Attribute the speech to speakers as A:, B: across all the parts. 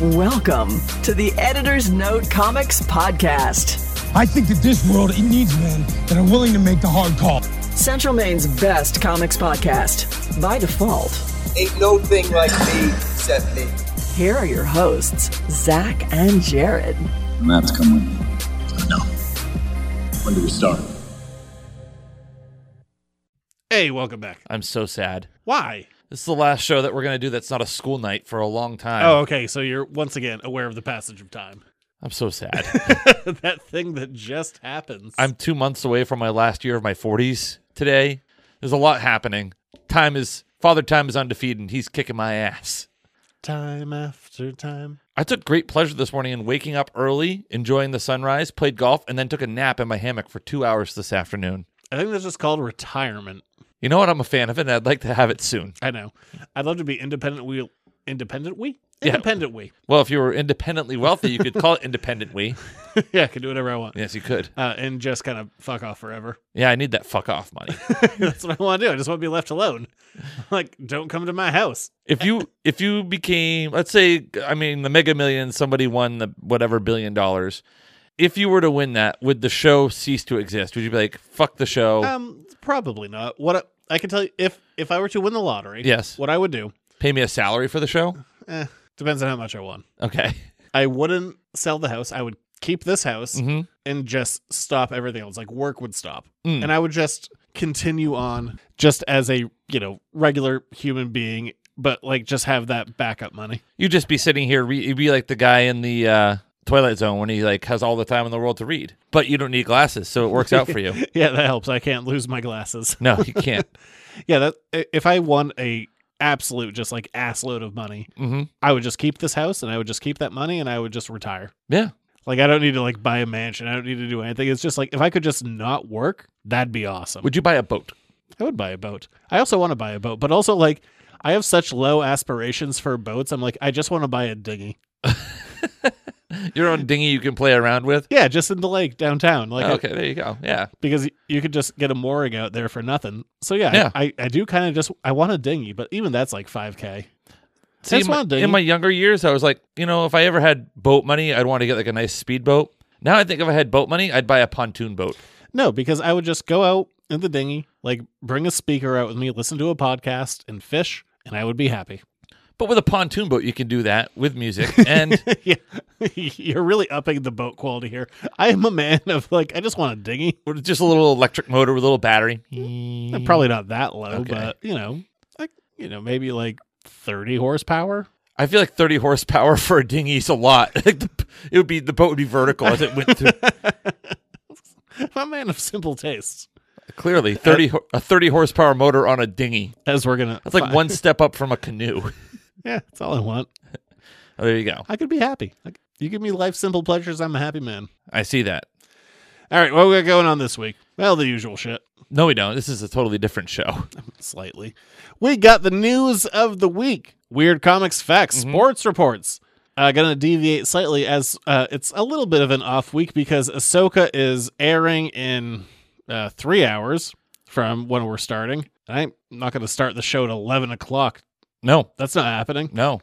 A: Welcome to the Editor's Note Comics Podcast,
B: I think that this world it needs men that are willing to make the hard call.
A: Central Maine's best comics podcast. By default,
C: Ain't no thing like me, except me.
A: here are your hosts, Zach and Jared.
D: Maps come with me. No. When do we start?
E: Hey, welcome back.
F: I'm so sad.
E: Why?
F: This is the last show that we're going to do that's not a school night for a long time.
E: Oh, okay. So you're once again aware of the passage of time.
F: I'm so sad.
E: that thing that just happens.
F: I'm two months away from my last year of my 40s today. There's a lot happening. Time is, Father Time is undefeated, and he's kicking my ass.
E: time after time.
F: I took great pleasure this morning in waking up early, enjoying the sunrise, played golf, and then took a nap in my hammock for two hours this afternoon.
E: I think that's just called retirement.
F: You know what? I'm a fan of it, and I'd like to have it soon.
E: I know. I'd love to be independent. We independent. We
F: Yeah.
E: independent. We
F: Well, if you were independently wealthy, you could call it independent we.
E: yeah. I can do whatever I want.
F: Yes, you could.
E: Uh, and just kind of fuck off forever.
F: Yeah, I need that fuck off money.
E: that's what I want to do. I just want to be left alone. like, don't come to my house.
F: if you if you became let's say i mean the mega million somebody won the whatever billion dollars if you were to win that would the show cease to exist would you be like fuck the show
E: Um, probably not. What I, I can tell you, if if I were to win the lottery,
F: Yes.
E: what I would do
F: pay me a salary for the show
E: eh, depends on how much I won.
F: okay
E: I wouldn't sell the house. I would keep this house
F: Mhm.
E: and just stop everything else. Like work would stop.
F: Mm.
E: And I would just continue on just as a, you know, regular human being, but like just have that backup money.
F: you'd just be sitting here re- you'd be like the guy in the uh twilight zone when he like has all the time in the world to read but you don't need glasses so it works out for you
E: Yeah, that helps. I can't lose my glasses.
F: no you can't
E: Yeah, that i- if I won a absolute just like ass load of money,
F: hmm
E: I would just keep this house and I would just keep that money and I would just retire.
F: yeah
E: Like I don't need to like buy a mansion. I don't need to do anything. It's just like if I could just not work, that'd be awesome.
F: would you buy a boat
E: I would buy a boat. I also want to buy a boat, but also like I have such low aspirations for boats. I'm like, I just want to buy a dinghy.
F: your own dinghy you can play around with
E: Yeah, just in the lake downtown. Like, I-
F: okay there you go yeah
E: because y- you could just get a mooring out there for nothing. So yeah, I-
F: Yeah.
E: I, I do kind of just I want a dinghy, but even that's like five k.
F: See,
E: That's
F: in, my,
E: one thing.
F: in my younger years, I was like, you know, if I ever had boat money, I'd want to get like a nice speedboat. Now I think if I had boat money, I'd buy a pontoon boat.
E: No, because I would just go out in the dinghy, like bring a speaker out with me, listen to a podcast, and fish, and I would be happy.
F: But with a pontoon boat, you can do that with music. And
E: yeah, you're really upping the boat quality here. I am a man of like I just want a dinghy.
F: with just a little electric motor with a little battery.
E: Uh, Probably not that low,
F: Okay.
E: but you know, like you know, maybe like thirty horsepower.
F: I feel like 30 horsepower for a dinghy is a lot. Like the, it would be the boat would be vertical as it went through.
E: I'm a man of simple tastes.
F: Clearly, 30 ho- a 30 horsepower motor on a dinghy.
E: As we're gonna,
F: That's like
E: fi-
F: one step up from a canoe.
E: Yeah, that's all I want.
F: Oh, there you go.
E: I could be happy. Like, you give me life simple pleasures, I'm a happy man.
F: I see that.
E: All right, what we got going on this week? Well, the usual shit,
F: No, we don't. This is a totally different show.
E: slightly. We got the news of the week: weird comics, facts,
F: Mm-hmm.
E: sports reports. Uh, gonna deviate slightly as uh, it's a little bit of an off week because Ahsoka is airing in uh, three hours from when we're starting. And I'm not going to start the show at 11 o'clock.
F: No,
E: That's not happening.
F: no.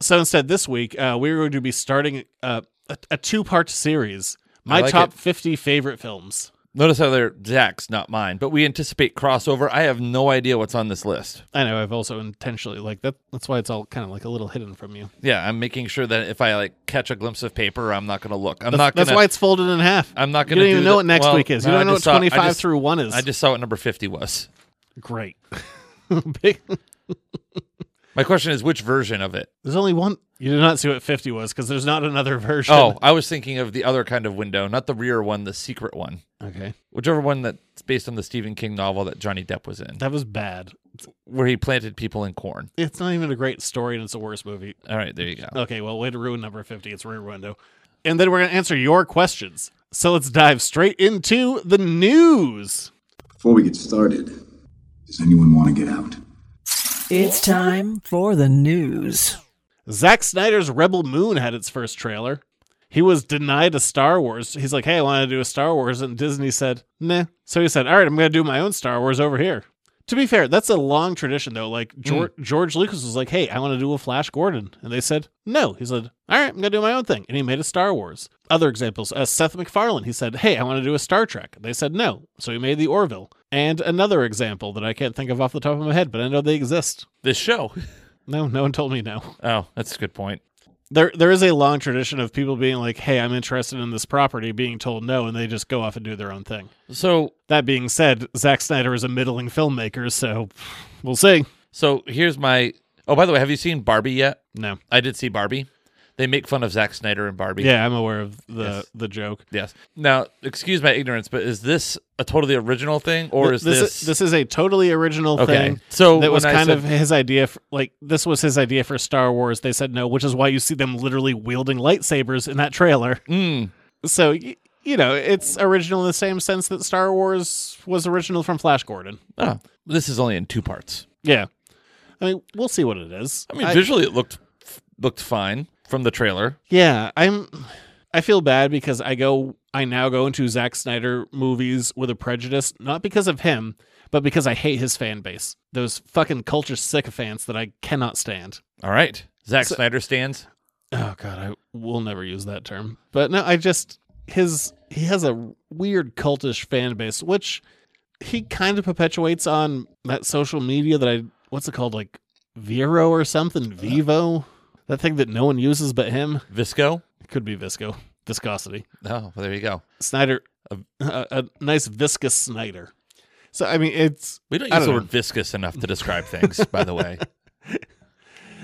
E: So instead, this week, uh, we're going to be starting uh, a, a two part series My
F: I like
E: Top
F: it.
E: 50 Favorite Films.
F: Notice how they're Zach's, not mine, but we anticipate crossover. I have no idea what's on this list.
E: I know I've also intentionally, like, that. that's why it's all kind of like a little hidden from you.
F: Yeah, I'm making sure that if I like catch a glimpse of paper, I'm not going to look. I'm
E: That's,
F: not. Gonna,
E: that's why it's folded in half.
F: I'm not
E: You
F: going
E: don't
F: to
E: even know what next week is. You don't know what 25 through 1 is.
F: I just saw what number 50 was.
E: Great. Big-
F: My question is, which version of it?
E: There's only one. You did not see what 50 was because there's not another version.
F: Oh, I was thinking of the other kind of window, not the rear one, the secret one,
E: Okay.
F: whichever one that's based on the Stephen King novel that Johnny Depp was in,
E: That was bad.
F: where he planted people in corn.
E: It's not even a great story and it's a worse movie.
F: All right, there you go.
E: Okay, well, way to ruin number 50. It's Rear Window. And then we're going to answer your questions. So let's dive straight into the news.
D: Before we get started, does anyone want to get out?
A: It's time for the news.
E: Zack Snyder's Rebel Moon had its first trailer. He was denied a Star Wars. He's like, hey, I want to do a Star Wars. And Disney said, nah. So he said, all right, I'm going to do my own Star Wars over here. To be fair, that's a long tradition though. Like George, George Lucas was like, "Hey, I want to do a Flash Gordon," and they said no. He said, "All right, I'm gonna do my own thing," and he made a Star Wars. Other examples: uh, Seth MacFarlane. He said, "Hey, I want to do a Star Trek." They said no, so he made the Orville. And another example that I can't think of off the top of my head, but I know they exist.
F: This show.
E: No, no one told me no.
F: Oh, that's a good point.
E: There, there is a long tradition of people being like, "Hey, I'm interested in this property," being told no, and they just go off and do their own thing.
F: So
E: That being said, Zack Snyder is a middling filmmaker, so we'll see.
F: so here's my. Oh, by the way, have you seen Barbie yet?
E: No,
F: I did see Barbie. They make fun of Zack Snyder and Barbie.
E: yeah, I'm aware of the
F: Yes.
E: the joke.
F: Yes. Now, excuse my ignorance, but is this a totally original thing, or is
E: this
F: this
E: is, this is a totally original
F: Okay,
E: thing.
F: so
E: that was
F: when I
E: kind
F: said-
E: of his idea. For, like this was his idea for Star Wars. They said no, which is why you see them literally wielding lightsabers in that trailer.
F: Mm,
E: So y- you know, it's original in the same sense that Star Wars was original from Flash Gordon.
F: oh, this is only in two parts.
E: Yeah, I mean, we'll see what it is.
F: I mean, visually it looked looked fine from the trailer.
E: Yeah, I'm. I feel bad because I go. I now go into Zack Snyder movies with a prejudice, not because of him, but because I hate his fan base. Those fucking culture sycophants that I cannot stand.
F: All right, Zack Snyder stands.
E: Oh god, I will never use that term. But no, I just his he has a weird cultish fan base, which he kind of perpetuates on that social media that I what's it called like Vero or something Vivo, that thing that no one uses but him.
F: Visco.
E: It could be visco viscosity.
F: Oh, well, there you go.
E: Snyder, a, a, a nice viscous Snyder. So I mean, it's
F: We don't
E: I
F: use the
E: don't
F: word viscous enough to describe things, by the way.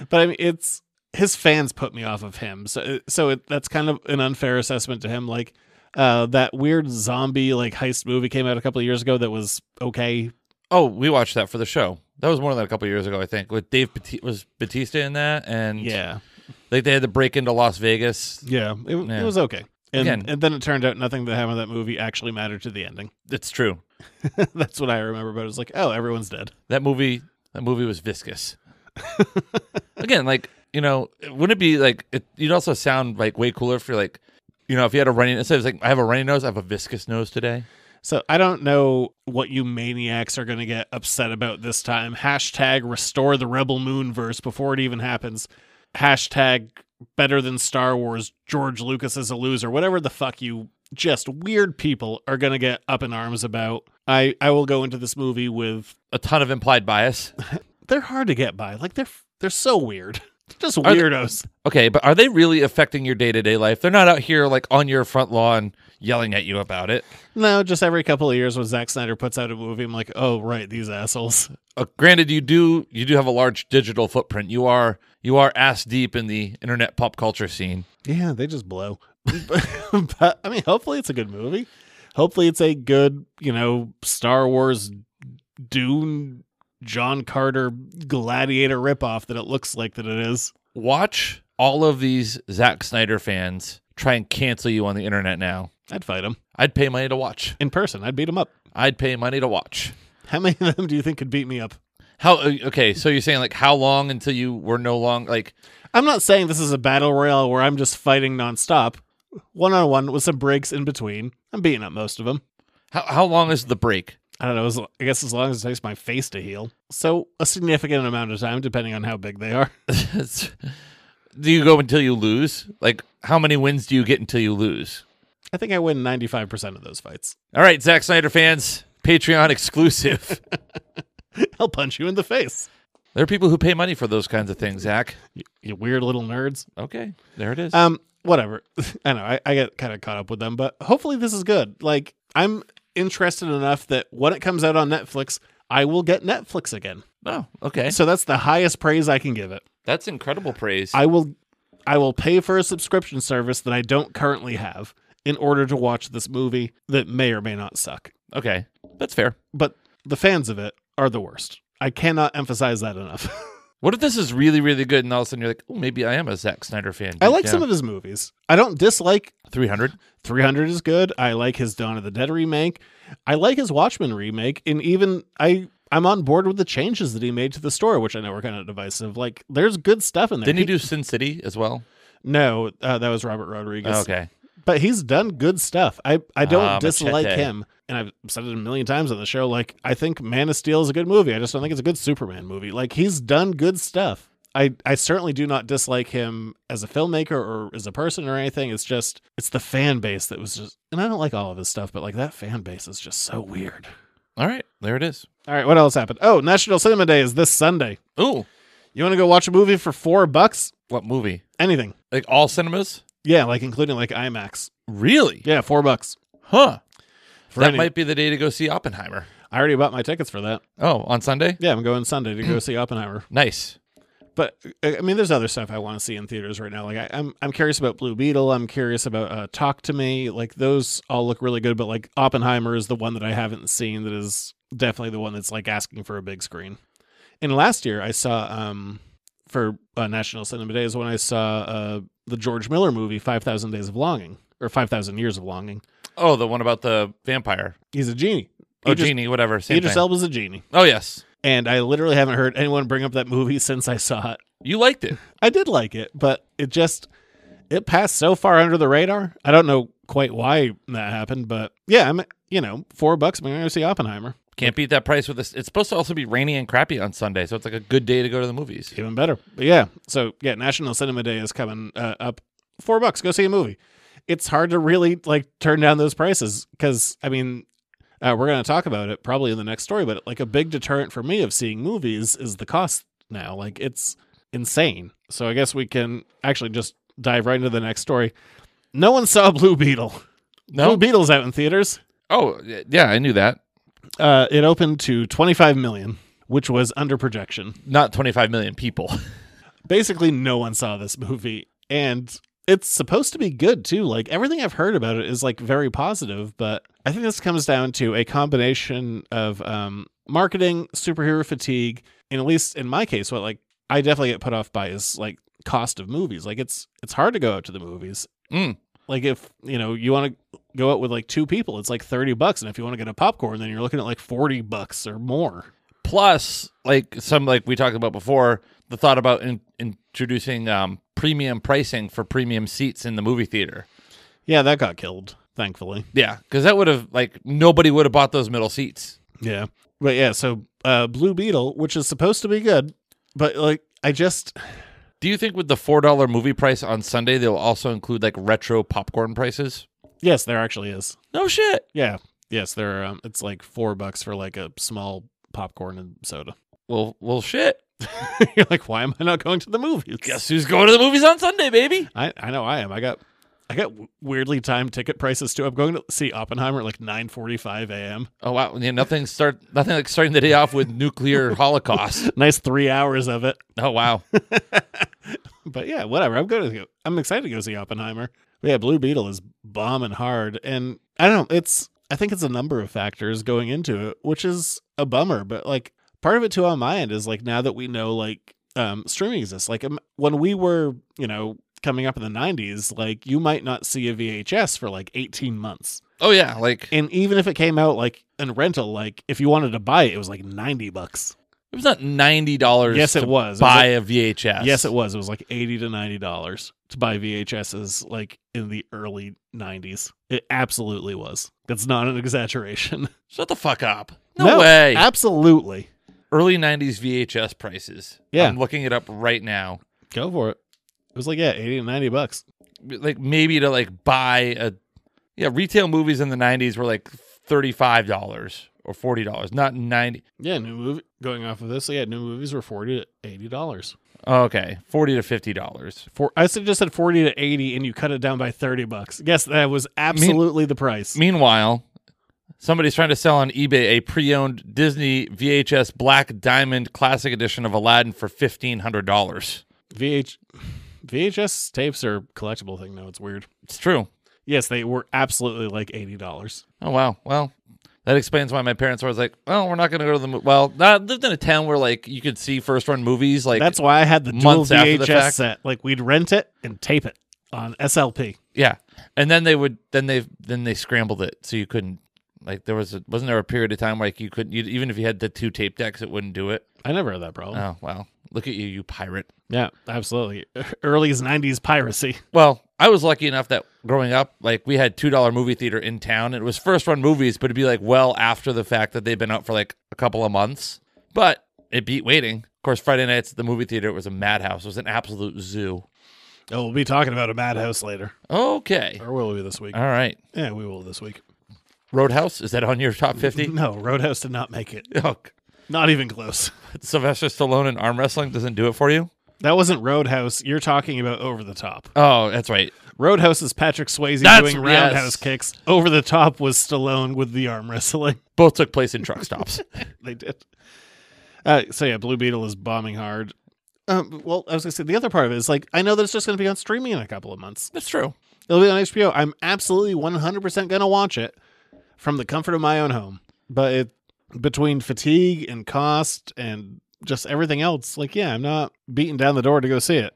E: but I mean, it's his fans put me off of him. So so it, that's kind of an unfair assessment to him. Like uh, that weird zombie like heist movie came out a couple of years ago that was okay.
F: Oh, we watched that for the show. That was more than a couple years ago, I think. With Dave Bati- was Batista in that, and
E: Yeah,
F: like they had to break into Las Vegas.
E: yeah, it,
F: Yeah.
E: it was okay. And,
F: Again-
E: and then it turned out nothing that happened in that movie actually mattered to the ending.
F: It's true.
E: That's what I remember. But it was like, oh, everyone's dead.
F: That movie, that movie was viscous. Again, like you know, wouldn't it be like it, you'd also sound like way cooler if you're like, you know, if you had a runny instead of like I have a runny nose, I have a viscous nose today.
E: So I don't know what you maniacs are going to get upset about this time. Hashtag restore the Rebel Moon verse before it even happens. Hashtag better than Star Wars. George Lucas is a loser. Whatever the fuck you just weird people are going to get up in arms about. I, I will go into this movie with
F: A ton of implied bias.
E: they're hard to get by. Like they're they're so weird. Just
F: they-
E: weirdos.
F: Okay, but are they really affecting your day to day life? They're not out here like on your front lawn yelling at you about it.
E: No, just every couple of years when Zack Snyder puts out a movie, I'm like, oh right, these assholes.
F: Uh, granted, you do you do have a large digital footprint. You are you are ass deep in the internet pop culture scene.
E: Yeah, they just blow. but I mean, hopefully it's a good movie. Hopefully it's a good, you know, Star Wars Dune John Carter Gladiator ripoff that it looks like that it is.
F: Watch all of these Zack Snyder fans try and cancel you on the internet now.
E: I'd fight him
F: I'd pay money to watch.
E: in person. I'd beat him up.
F: I'd pay money to watch.
E: How many of them do you think could beat me up?
F: How uh, okay? So you're saying like how long until you were no long like
E: I'm not saying this is a battle royale where I'm just fighting nonstop, one on one with some breaks in between. I'm beating up most of them.
F: how how long is the break?
E: I don't know. As, I guess as long as it takes my face to heal. So a significant amount of time, depending on how big they are.
F: It's- do you go until you lose? Like how many wins do you get until you lose?
E: I think I win 95% of those fights.
F: All right, Zack Snyder fans, Patreon exclusive.
E: I'll punch you in the face.
F: there are people who pay money for those kinds of things, Zach.
E: You, you weird little nerds.
F: Okay, there it is.
E: Um, whatever. I know. I, I get kind of caught up with them, but hopefully this is good. Like, I'm interested enough that when it comes out on Netflix, I will get Netflix again.
F: oh, okay,
E: So that's the highest praise I can give it.
F: that's incredible praise.
E: I will I will pay for a subscription service that I don't currently have in order to watch this movie that may or may not suck.
F: okay, that's fair.
E: But the fans of it are the worst. I cannot emphasize that enough.
F: What if this is really, really good, and all of a sudden you're like, oh, maybe I am a Zack Snyder fan.
E: I like some of his movies. I don't dislike
F: three hundred.
E: 300 is good. I like his Dawn of the Dead remake. I like his Watchmen remake and even I I'm on board with the changes that he made to the story, which I know were kind of divisive. Like there's good stuff in there.
F: Didn't he do Sin City as well?
E: No, uh, that was Robert Rodriguez.
F: Oh, Okay,
E: but he's done good stuff. I, I don't
F: Ah,
E: dislike
F: Machete.
E: him. And I've said it a million times on the show. Like, I think Man of Steel is a good movie. I just don't think it's a good Superman movie. Like, he's done good stuff. I, I certainly do not dislike him as a filmmaker or as a person or anything. It's just, it's the fan base that was just, and I don't like all of his stuff, but like that fan base is just so weird.
F: All right, there it is.
E: All right, what else happened? Oh, National Cinema Day is this Sunday.
F: Ooh,
E: You want to go watch a movie for four bucks?
F: what movie?
E: Anything.
F: Like all cinemas?
E: Yeah, like including like IMAX.
F: Really?
E: Yeah, four bucks.
F: Huh.
E: For
F: that
E: any-
F: might be the day to go see Oppenheimer.
E: I already bought my tickets for that.
F: Oh, on Sunday?
E: Yeah, I'm going Sunday to go
F: Mm.
E: see Oppenheimer.
F: Nice.
E: But uh, I I mean, there's other stuff I want to see in theaters right now. Like I, I'm, I'm curious about Blue Beetle. I'm curious about uh, Talk to Me. Like those all look really good. But like Oppenheimer is the one that I haven't seen. That is definitely the one that's like asking for a big screen. And last year I saw um for uh, National Cinema Day is when I saw uh the George Miller movie Five Thousand Days of Longing or Five Thousand Years of Longing.
F: Oh, the one about the vampire.
E: He's a genie.
F: Oh,
E: Idris-
F: genie, whatever. Same
E: Idris
F: thing.
E: Elba's a genie.
F: oh, yes.
E: and I literally haven't heard anyone bring up that movie since I saw it.
F: You liked it.
E: I did like it, but it just it passed so far under the radar. I don't know quite why that happened, but yeah, I'm you know four bucks. I'm gonna go see Oppenheimer.
F: Can't beat that price with this. It's supposed to also be rainy and crappy on Sunday, so it's like a good day to go to the movies.
E: Even better. But yeah, so yeah, National Cinema Day is coming uh, up. Four bucks, go see a movie. It's hard to really like turn down those prices because I mean. Uh, we're going to talk about it probably in the next story, but like a big deterrent for me of seeing movies is the cost now. Like it's insane. So I guess we can actually just dive right into the next story. No one saw Blue Beetle.
F: No.
E: Blue Beetle's out in theaters.
F: Oh, y- yeah, I knew that.
E: Uh, it opened to 25 million, which was under projection.
F: Not 25 million people.
E: basically no one saw this movie and it's supposed to be good too like everything i've heard about it is like very positive but i think this comes down to a combination of um marketing superhero fatigue and at least in my case what like i definitely get put off by is like cost of movies like it's it's hard to go out to the movies
F: Mm.
E: like if you know you want to go out with like two people it's like 30 bucks and if you want to get a popcorn then you're looking at like 40 bucks or more
F: Plus, like some, like we talked about before, the thought about in- introducing um, premium pricing for premium seats in the movie theater.
E: yeah that got killed thankfully
F: Yeah, because that would have, like, nobody would have bought those middle seats.
E: Yeah. But yeah, so uh Blue Beetle, which is supposed to be good, but like I just
F: Do you think with the $4 movie price on Sunday, they'll also include like retro popcorn prices?
E: yes, there actually is.
F: No shit.
E: Yeah. Yes, there are, um, it's like 4 bucks for like a small popcorn and soda.
F: Well, well, shit.
E: You're like, "Why am I not going to the movies?"
F: Guess who's going to the movies on Sunday, baby?
E: I I know I am. I got I got w- weirdly timed ticket prices too. I'm going to see Oppenheimer at like 9:45 a.m.
F: Oh wow, yeah, nothing start, nothing like starting the day off with nuclear holocaust.
E: Nice 3 hours of it.
F: Oh wow,
E: But yeah, whatever. I'm going to go. I'm excited to go see Oppenheimer. But yeah, Blue Beetle is bombing hard, and I don't. know, It's I think it's a number of factors going into it, which is a bummer. But like part of it too on my end is like now that we know like um streaming exists. Like um, when we were you know coming up in the 90s, like you might not see a VHS for like 18 months,
F: oh yeah, like it
E: and even if it came out like in rental, like if you wanted to buy it, it was like 90 bucks.
F: was not ninety dollars.
E: Yes, it was. It was
F: Buy a VHS.
E: Yes, it was. It was like eighty to ninety dollars to buy VHSs, like in the early nineties. It absolutely was. That's not an exaggeration.
F: Shut the fuck up. No, way.
E: Absolutely.
F: Early nineties VHS prices.
E: Yeah.
F: I'm looking it up right now.
E: Go for it. It was like yeah, eighty to ninety bucks.
F: Like maybe to like buy a, yeah, retail movies in the nineties were like thirty five dollars or forty dollars, not ninety.
E: Yeah, new movie. Going off of this, yeah, new movies were forty to eighty dollars.
F: Okay, forty to fifty dollars.
E: For I said just said forty to eighty, and you cut it down by thirty bucks. Yes, that was absolutely the price.
F: Meanwhile, somebody's trying to sell on eBay a pre-owned Disney VHS Black Diamond Classic Edition of Aladdin for fifteen hundred dollars.
E: VH, VHS tapes are a collectible thing now. It's weird.
F: It's true.
E: Yes, they were absolutely like eighty dollars.
F: Oh wow. Well, that explains why my parents were always like, "Well, we're not going to go to the mo-. well." I lived in a town where like you could see first-run movies. Like
E: That's why I had the dual
F: months after the
E: VHS
F: fact.
E: set. Like we'd rent it and tape it on SLP.
F: yeah, and then they would then they then they scrambled it so you couldn't. Like there was a, wasn't there a period of time like you couldn't you, even if you had the two tape decks it wouldn't do it.
E: I never had that problem.
F: Oh well, look at you, you pirate.
E: Uh, Yeah, absolutely. Early 90s piracy.
F: Well, I was lucky enough that growing up, like we had two dollar movie theater in town. It was first run movies, but it'd be like well after the fact that they'd been out for like a couple of months. But it beat waiting. Of course, Friday nights at the movie theater was a madhouse. It was an absolute zoo.
E: Oh, we'll be talking about a madhouse later.
F: Okay.
E: Or will we this week?
F: All right.
E: Yeah, we will this week.
F: Roadhouse, is that on your top 50?
E: No, Roadhouse did not make it.
F: oh,
E: Not even close.
F: Sylvester Stallone and arm wrestling doesn't do it for you?
E: That wasn't Roadhouse. You're talking about Over the Top.
F: Oh, that's right.
E: Roadhouse is Patrick Swayze
F: That's-
E: doing roundhouse
F: yes.
E: kicks. Over the Top was Stallone with the arm wrestling.
F: Both took place in truck stops.
E: they did. Uh, so yeah, Blue Beetle is bombing hard. Um, well, I was gonna say the other part of it is like I know that it's just gonna be on streaming in a couple of months.
F: that's true.
E: It'll be on HBO. I'm absolutely 100% gonna watch it from the comfort of my own home. But it between fatigue and cost and just everything else, like yeah, I'm not beating down the door to go see it.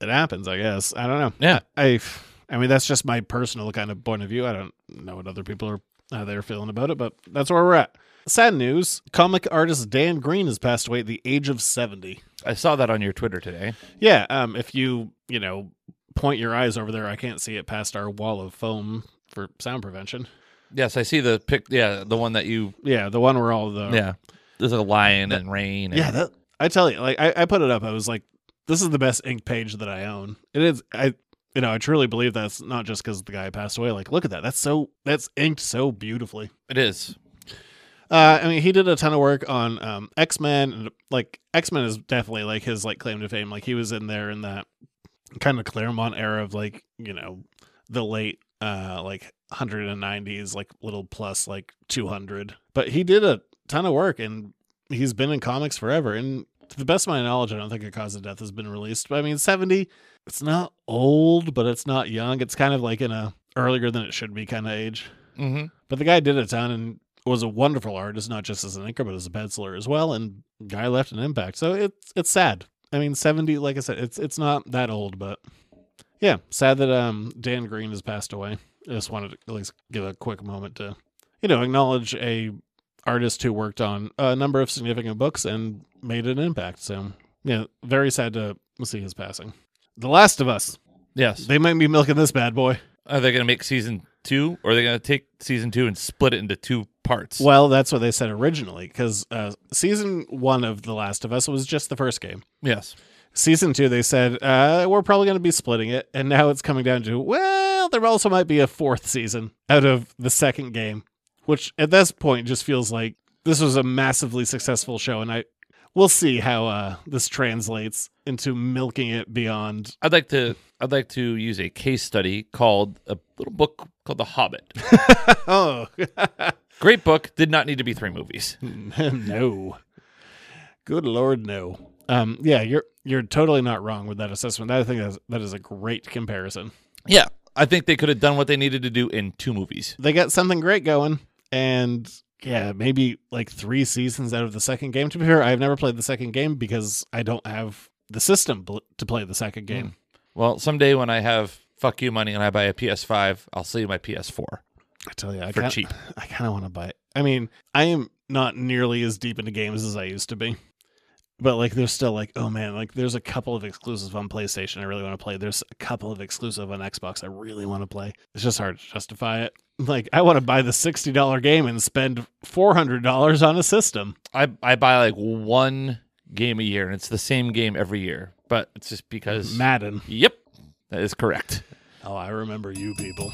E: It happens, I guess. I don't know.
F: Yeah.
E: I, I mean, that's just my personal kind of point of view. I don't know what other people are how they're feeling about it, but that's where we're at. Sad news: comic artist Dan Green has passed away at the age of seventy.
F: I saw that on your Twitter today.
E: Yeah, um, if you you know point your eyes over there, I can't see it past our wall of foam for sound prevention.
F: Yes, I see the pic. Yeah, the one that you.
E: Yeah, the one where all the
F: Yeah. There's a lion and rain. And,
E: yeah. That, I tell you, like I, I put it up. I was like, this is the best ink page that I own. It is. I you know I truly believe that's not just because the guy passed away. Like, look at that. That's so that's inked so beautifully.
F: It is.
E: Uh, I mean, he did a ton of work on um, X Men. and Like X Men is definitely like his like claim to fame. Like he was in there in that kind of Claremont era of like you know the late uh like 190s like little plus like 200 but he did a ton of work and he's been in comics forever and to the best of my knowledge i don't think a cause of death has been released but i mean 70 it's not old but it's not young it's kind of like in a earlier than it should be kind of age
F: hmm
E: but the guy did a ton and was a wonderful artist, not just as an inker, but as a penciler as well. And guy left an impact. So it's it's sad. I mean, seventy, like I said, it's it's not that old, but yeah, sad that um Dan Green has passed away. I just wanted to at least give a quick moment to, you know, acknowledge a artist who worked on a number of significant books and made an impact. So yeah, very sad to see his passing. The Last of Us.
F: Yes.
E: They might be milking this bad boy.
F: Are they going to make season two, or are they going to take season two and split it into two parts?
E: Well, that's what they said originally, because uh, season one of The Last of Us was just the first game.
F: Yes.
E: Season two, they said uh, we're probably going to be splitting it, and now it's coming down to well, there also might be a fourth season out of the second game, which at this point just feels like this was a massively successful show, and I we'll see how uh, this translates into milking it beyond.
F: I'd like to. I'd like to use a case study called a little book called The Hobbit.
E: Oh
F: Great book. Did not need to be three movies.
E: no, good lord, no. Um, yeah, you're you're totally not wrong with that assessment. I think that's, that is a great comparison.
F: Yeah, I think they could have done what they needed to do in two movies.
E: they got something great going and yeah maybe like three seasons out of the second game to be fair i've never played the second game because i don't have the system bl- to play the second game
F: Well, someday when I have fuck you money and I buy a PS5, I'll sell you my PS4.
E: i tell you i
F: For
E: kinda-
F: cheap.
E: i kind of want to buy it i mean i am not nearly as deep into games as i used to be but like there's still like oh man like there's a couple of exclusives on playstation i really want to play there's a couple of exclusive on xbox i really want to play it's just hard to justify it like i want to buy the $60 game and spend $400 on a system
F: I I buy like one game a year, and it's the same game every year. But it's just because.
E: madden
F: Yep, that is correct.
E: Oh, I remember you people.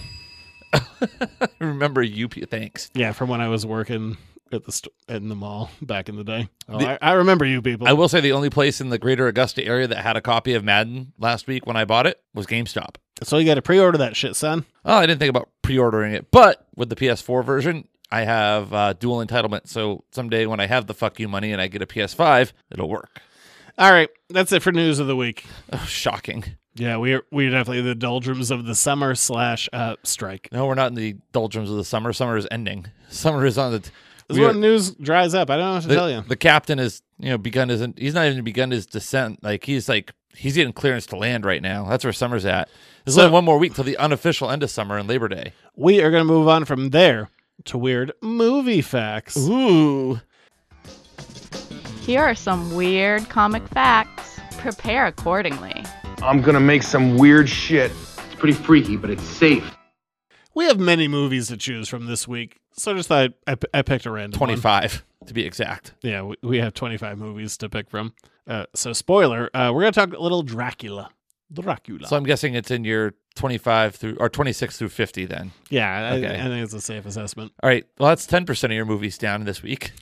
F: Remember you? P- Thanks.
E: Yeah, from when I was working at the st- in the mall back in the day. Oh, I, I remember you people.
F: I will say the only place in the greater Augusta area that had a copy of Madden last week when I bought it was GameStop.
E: so you got to pre-order that shit, son.
F: Oh, I didn't think about pre-ordering it, but with the PS4 version, I have uh, dual entitlement. So someday when I have the fuck you money and I get a PS5, it'll work.
E: All right, that's it for news of the week.
F: Oh, shocking.
E: Yeah, we are we are definitely the doldrums of the summer slash uh, strike.
F: No, we're not in the doldrums of the summer. Summer is ending. Summer is on the. T-
E: This
F: we
E: is
F: are-
E: when news dries up. I don't know what to
F: the,
E: tell you.
F: the captain is, you know, begun his. He's not even begun his descent. Like he's like he's getting clearance to land right now. That's where summer's at. There's
E: So-
F: only one more week till the unofficial end of summer and Labor Day.
E: We are going to move on from there to weird movie facts.
F: Ooh.
G: Here are some weird comic facts. Prepare accordingly.
H: I'm gonna make some weird shit. It's pretty freaky, but it's safe.
E: We have many movies to choose from this week, so I just thought I, I, I picked a random one.
F: 25 to be exact.
E: Yeah, we, we have 25 movies to pick from. Uh, so, spoiler, uh, we're going to talk a little Dracula. Dracula.
F: So I'm guessing it's in your 25 through or 26 through 50 then.
E: yeah, I,
F: Okay.
E: I think it's a safe assessment.
F: All right. Well, that's 10% of your movies down this week.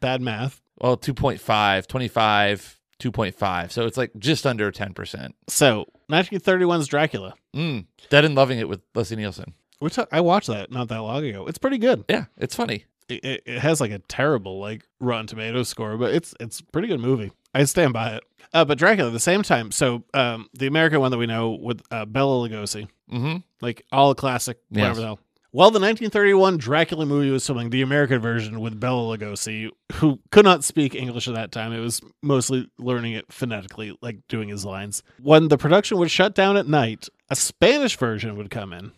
E: Bad math.
F: Well, 2.5, 25, 2.5. So it's like just under 10%.
E: So, 1931's Dracula.
F: Mm. Dead and Loving It with Leslie Nielsen.
E: We ta- I watched that not that long ago. It's pretty good.
F: Yeah, it's funny.
E: It, it, it has like a terrible like Rotten Tomatoes score, but it's it's a pretty good movie. I stand by it. Uh, but Dracula, at the same time. So um, the American one that we know with uh, Bella Lugosi,
F: hmm
E: like all classic, whatever
F: Yes.
E: the hell. Well, the 1931 Dracula movie was filming the American version with Bella Lugosi, who could not speak English at that time. It was mostly learning it phonetically, like doing his lines. When the production would shut down at night, a Spanish version would come in,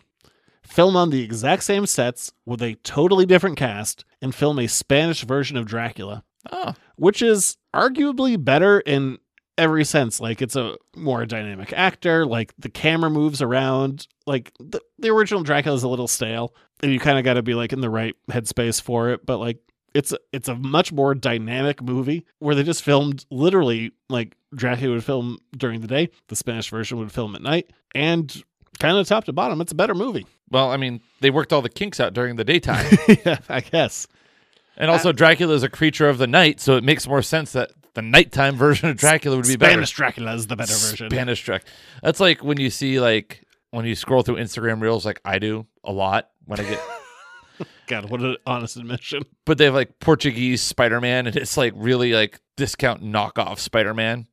E: film on the exact same sets with a totally different cast, and film a Spanish version of Dracula,
F: Oh,
E: which is arguably better in every sense. Like it's a more dynamic actor. Like the camera moves around. Like the, the original Dracula is a little stale, and you kind of got to be like in the right headspace for it. But like it's a- it's a much more dynamic movie where they just filmed literally like Dracula would film during the day, the Spanish version would film at night, and kind of top to bottom, it's a better movie.
F: well, I mean, they worked all the kinks out during the daytime.
E: yeah, I guess.
F: and also, Dracula is a creature of the night, so it makes more sense that the nighttime version of Dracula would be better.
E: Spanish Dracula is the better version.
F: Spanish track. That's like when you see like when you scroll through Instagram reels, like I do a lot when I get.
E: God, what an honest admission.
F: but they have like Portuguese Spider Man, and it's like really like discount knockoff Spider Man.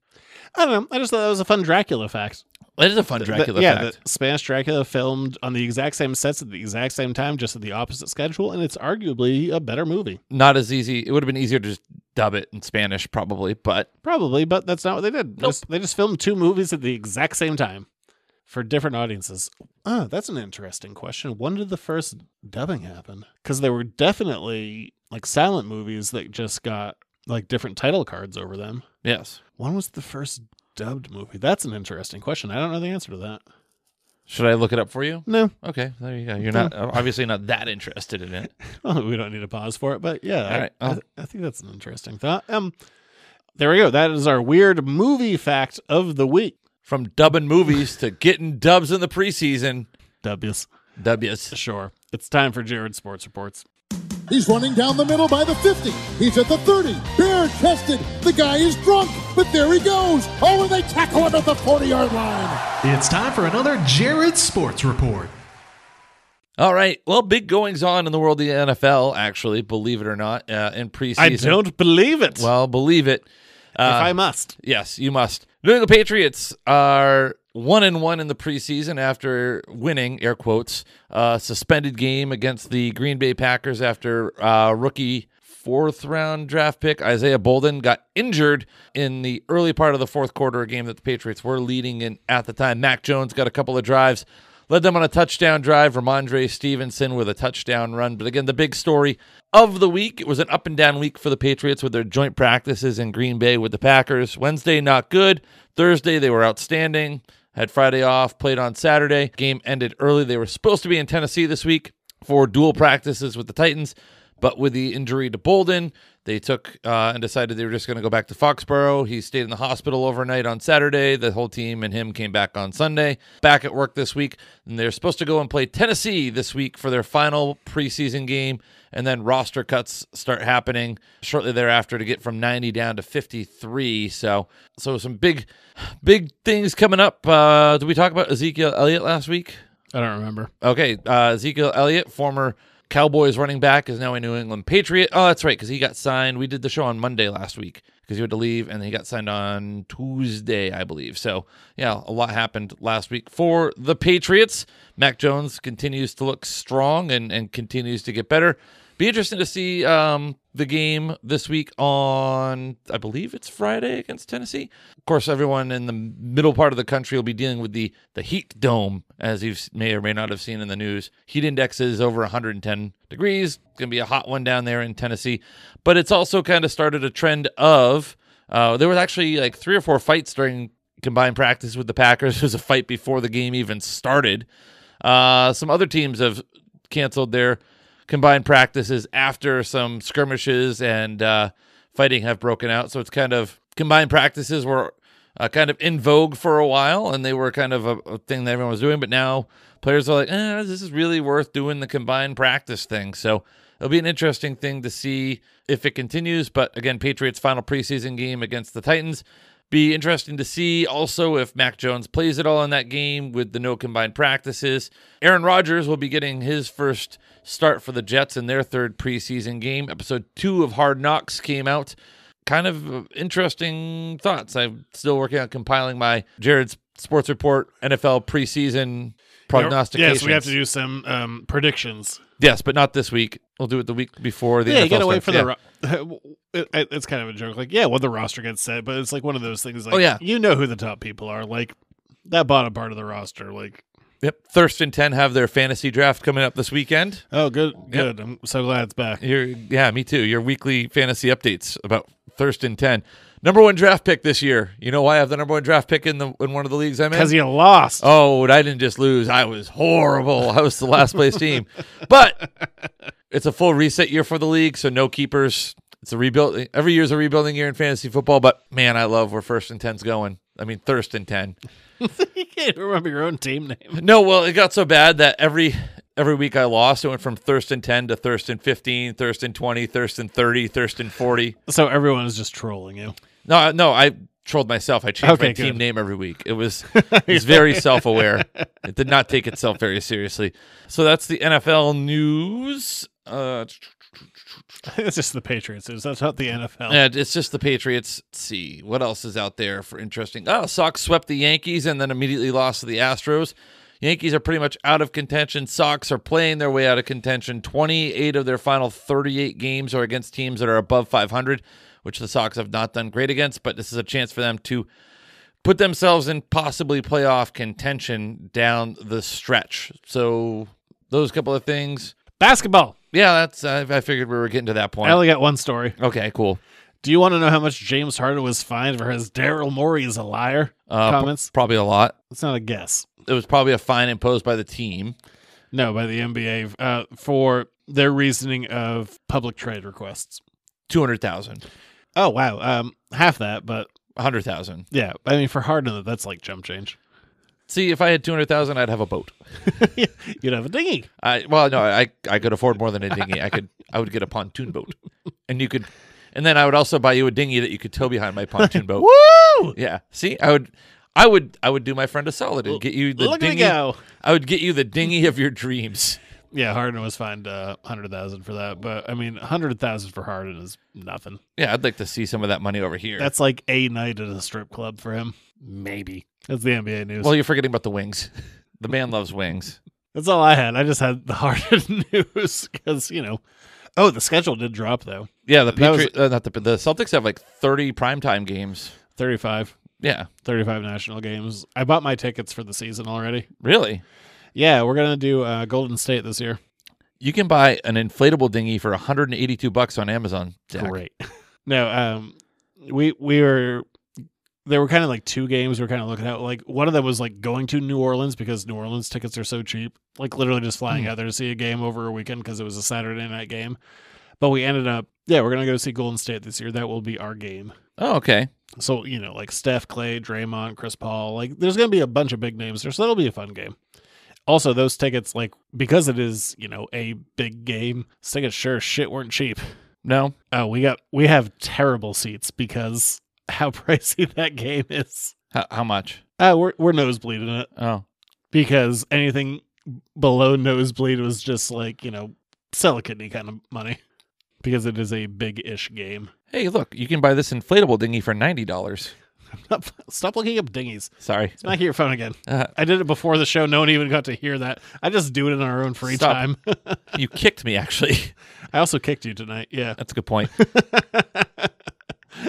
E: I don't know. I just thought that was a fun Dracula fact.
F: That is a fun
E: Th-
F: Dracula
E: yeah,
F: fact.
E: the Spanish Dracula filmed on the exact same sets at the exact same time, just at the opposite schedule, and it's arguably a better movie,
F: Not as easy. It would have been easier to just dub it in Spanish, probably. But
E: probably. But that's not what they did. They
F: Nope.
E: just- they just filmed two movies at the exact same time for different audiences. Ah, that's an interesting question. When did the first dubbing happen? Because there were definitely like silent movies that just got like different title cards over them.
F: yes,
E: When was the first dubbed movie? That's an interesting question. I don't know the answer to that.
F: should I look it up for you?
E: No,
F: Okay, there you go. You're not obviously not that interested in it.
E: Well, we don't need to pause for it, but yeah, I,
F: right,
E: I-
F: I'll-
E: I think that's an interesting thought. Um, there we go. That is our weird movie fact of the week.
F: From dubbing movies to getting dubs in the preseason.
E: W's.
F: W's.
E: Sure. It's time for Jared Sports Reports.
I: He's running down the middle by the 50. He's at the 30. Bare chested. The guy is drunk, but there he goes. Oh, and they tackle him at the 40 yard line.
J: It's time for another Jared Sports Report.
F: All right. Well, big goings on in the world of the NFL, actually, believe it or not, uh, in preseason.
E: I don't believe it.
F: Well, uh, believe it.
E: if I must.
F: Yes, you must. New England Patriots are one and one in the preseason after winning air quotes uh, suspended game against the Green Bay Packers after uh, rookie fourth round draft pick Isaiah Bolden got injured in the early part of the fourth quarter a game that the Patriots were leading in at the time. Mac Jones got a couple of drives. Led them on a touchdown drive. Ramondre Stevenson with a touchdown run. But again, the big story of the week it was an up and down week for the Patriots with their joint practices in Green Bay with the Packers. Wednesday, not good. Thursday, they were outstanding. Had Friday off, played on Saturday. Game ended early. They were supposed to be in Tennessee this week for dual practices with the Titans. But with the injury to Bolden, they took uh, and decided they were just going to go back to Foxborough. He stayed in the hospital overnight on Saturday. The whole team and him came back on Sunday. Back at work this week, and they're supposed to go and play Tennessee this week for their final preseason game. And then roster cuts start happening shortly thereafter to get from 90 down to 53. So, so some big, big things coming up. Uh, did we talk about Ezekiel Elliott last week?
E: I don't remember.
F: Okay, uh, Ezekiel Elliott, former Cowboys running back, is now a New England Patriot. Oh, that's right, because he got signed. We did the show on Monday last week because he had to leave, and then he got signed on Tuesday, I believe. So, yeah, a lot happened last week for the Patriots. Mac Jones continues to look strong and, and continues to get better. Be interesting to see um, the game this week on, I believe it's Friday against Tennessee. Of course, everyone in the middle part of the country will be dealing with the the heat dome, as you may or may not have seen in the news. Heat index is over 110 degrees. It's gonna be a hot one down there in Tennessee, but it's also kind of started a trend of uh, there was actually like three or four fights during combined practice with the Packers. There was a fight before the game even started. Uh, some other teams have canceled their combined practices after some skirmishes and uh, fighting have broken out. So it's kind of combined practices were uh, kind of in vogue for a while, and they were kind of a, a thing that everyone was doing. But now players are like, eh, this is really worth doing the combined practice thing. So it'll be an interesting thing to see if it continues. But again, Patriots' final preseason game against the Titans. Be interesting to see also if Mac Jones plays at all in that game with the no combined practices. Aaron Rodgers will be getting his first start for the Jets in their third preseason game. Episode two of Hard Knocks came out. Kind of interesting thoughts. I'm still working on compiling my Jared's Sports Report NFL preseason prognostications.
E: Yes, we have to do some um, predictions.
F: Yes, but not this week. We'll do it the week before the
E: yeah,
F: NFL
E: you gotta wait
F: starts.
E: for
F: Yeah.
E: the. Ro- it, it- it's kind of a joke. Like, yeah, well, the roster gets set, but it's like one of those things. Like,
F: Oh, yeah.
E: you know who the top people are. Like that bottom part of the roster. Like,
F: Yep. Thurston 10 have their fantasy draft coming up this weekend.
E: oh, good, good. I'm so glad it's back.
F: Your, yeah, me too. Your weekly fantasy updates about Thurston 10. Number one draft pick this year. You know why I have the number one draft pick in the in one of the leagues I'm in?
E: Because you lost.
F: Oh, and I didn't just lose. I was horrible. I was the last place team. But it's a full reset year for the league, so no keepers. It's a rebuild. Every year's a rebuilding year in fantasy football, but man, I love where first and 10's going. I mean, thirst and 10.
E: you can't remember your own team name.
F: No, well, it got so bad that every every week I lost. It went from Thurston 10 to Thurston 15, Thurston 20, Thurston 30, Thurston 40.
E: So everyone is just trolling you.
F: No, I- no, I trolled myself. I changed
E: Okay,
F: my team
E: good.
F: name every week. It was it was very self aware. It did not take itself very seriously. So that's the NFL news. Uh,
E: it's just the Patriots. It's that's not the NFL.
F: and it's just the Patriots. Let's see what else is out there for interesting. Oh, Sox swept the Yankees and then immediately lost to the Astros. Yankees are pretty much out of contention. Sox are playing their way out of contention. 28 of their final 38 games are against teams that are above 500, which the Sox have not done great against, but this is a chance for them to put themselves in possibly playoff contention down the stretch. So, those couple of things.
E: Basketball.
F: Yeah, that's I I figured we were getting to that
E: I
F: point.
E: only got one story.
F: Okay, cool.
E: Do you want to know how much James Harden was fined for his Daryl Morey is a liar
F: Uh, pro-
E: comments?
F: probably a lot.
E: It's not a guess.
F: it was probably a fine imposed by the team.
E: No, by the NBA uh, for their reasoning of public trade requests.
F: Two hundred thousand.
E: Oh wow, um, half that, but
F: A hundred thousand.
E: yeah, I mean for Harden that's like jump change.
F: See, if I had two hundred thousand, I'd have a boat.
E: You'd have a dinghy.
F: I well, no, I I could afford more than a dinghy. I could I would get a pontoon boat, and you could, and then I would also buy you a dinghy that you could tow behind my pontoon boat.
E: Woo!
F: Yeah. See, I would, I would, I would do my friend a solid and get you the
E: Look at me
F: dinghy.
E: go.
F: I would get you the dinghy of your dreams.
E: Yeah, Harden was fined uh, hundred thousand for that, but I mean hundred thousand for Harden is nothing.
F: Yeah, I'd like to see some of that money over here.
E: That's like a night at a strip club for him. Maybe that's the NBA news.
F: well, you're forgetting about the wings. The man loves wings.
E: that's all I had. I just had the Harden news because you know. Oh, the schedule did drop though.
F: Yeah, the
E: That was-
F: Patriots, uh, not the the Celtics have like thirty primetime games.
E: 35,
F: Yeah,
E: 35 national games. I bought my tickets for the season already.
F: really.
E: Yeah, we're gonna do uh, Golden State this year.
F: You can buy an inflatable dinghy for 182 bucks on Amazon. Zach.
E: Great. no, um, we we were there were kind of like two games we were kind of looking at. Like one of them was like going to New Orleans because New Orleans tickets are so cheap. Like literally just flying out there to see a game over a weekend because it was a Saturday night game. But we ended up, yeah, we're gonna go see Golden State this year. That will be our game.
F: Oh, okay.
E: So you know, like Steph, Clay, Draymond, Chris Paul, like there's gonna be a bunch of big names there, so that'll be a fun game. Also, those tickets, like because it is you know a big game, those tickets sure as shit weren't cheap.
F: No.
E: Oh, we got we have terrible seats because how pricey that game is.
F: How, how much?
E: Uh, we're we're nosebleed in it
F: Oh,
E: because anything below nosebleed was just like you know sell a kidney kind of money because it is a big ish game.
F: hey, look, you can buy this inflatable dinghy for ninety dollars.
E: Stop looking up dinghies.
F: Sorry.
E: Smack your phone again.
F: Uh,
E: I did it before the show. No one even got to hear that. I just do it in our own free
F: Stop.
E: time.
F: You kicked me, actually.
E: I also kicked you tonight. Yeah.
F: That's a good point.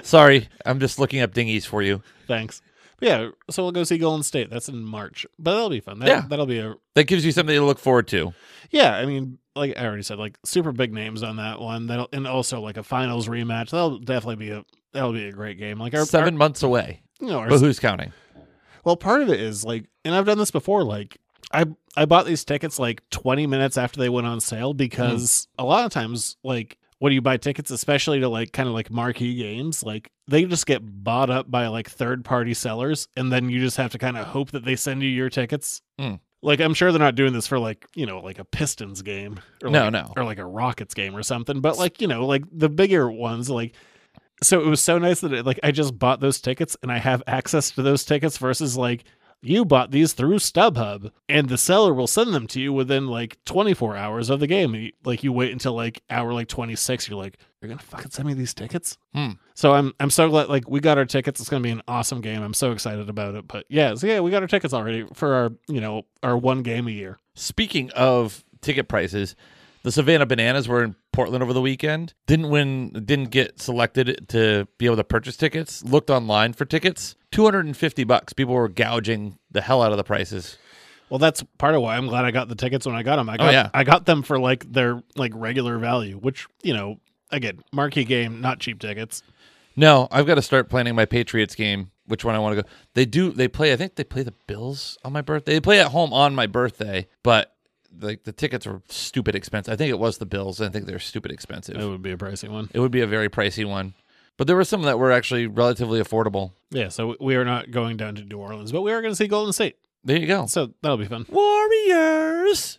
F: Sorry. I'm just looking up dinghies for you.
E: Thanks. But yeah. So we'll go see Golden State. That's in March, but that'll be fun. That,
F: Yeah.
E: That'll be a
F: That gives you something to look forward to.
E: yeah. I mean, like I already said, like super big names on that one. That'll and also like a finals rematch. That'll definitely be a that'll be a great game. Like our
F: Seven months away.
E: our- you know, our
F: But who's counting?
E: Well, part of it is like, and I've done this before. Like, I I bought these tickets like 20 minutes after they went on
F: Mm-hmm.
E: sale because a lot of times, like, when you buy tickets, especially to like kind of like marquee games, like they just get bought up by like third party sellers, and then you just have to kind of hope that they send you your tickets.
F: Mm.
E: Like, I'm sure they're not doing this for like you know like a Pistons game, or
F: No,
E: like-
F: no.
E: or like a Rockets game or something. But like you know, like the bigger ones, like so it was so nice that it, like I just bought those tickets and I have access to those tickets versus like you bought these through StubHub and the seller will send them to you within like 24 hours of the game. You- Like you wait until like hour like 26, you're like you're gonna fucking send me these tickets.
F: Hmm.
E: So I'm I'm so glad like we got our tickets. It's gonna be an awesome game. I'm so excited about it. But yeah, so yeah, we got our tickets already for our you know our one game a year.
F: Speaking of ticket prices, the Savannah Bananas were in Portland over the weekend. Didn't win, didn't get selected to be able to purchase tickets. Looked online for tickets, two hundred and fifty bucks. People were gouging the hell out of the prices.
E: Well, that's part of why I'm glad I got the tickets when I got them. I
F: Oh,
E: got,
F: yeah.
E: I got them for like their like regular value, which you know, again, marquee game, not cheap tickets.
F: No, I've got to start planning my Patriots game. Which one I want to go? They do. They play. I think they play the Bills on my birthday. They play at home on my birthday, but like the tickets are stupid expensive. I think it was the Bills. and I think they're stupid expensive.
E: It would be a pricey one.
F: It would be a very pricey one. But there were some that were actually relatively affordable.
E: Yeah, so we are not going down to New Orleans, but we are going to see Golden State,
F: There you go.
E: so that'll be fun.
F: Warriors.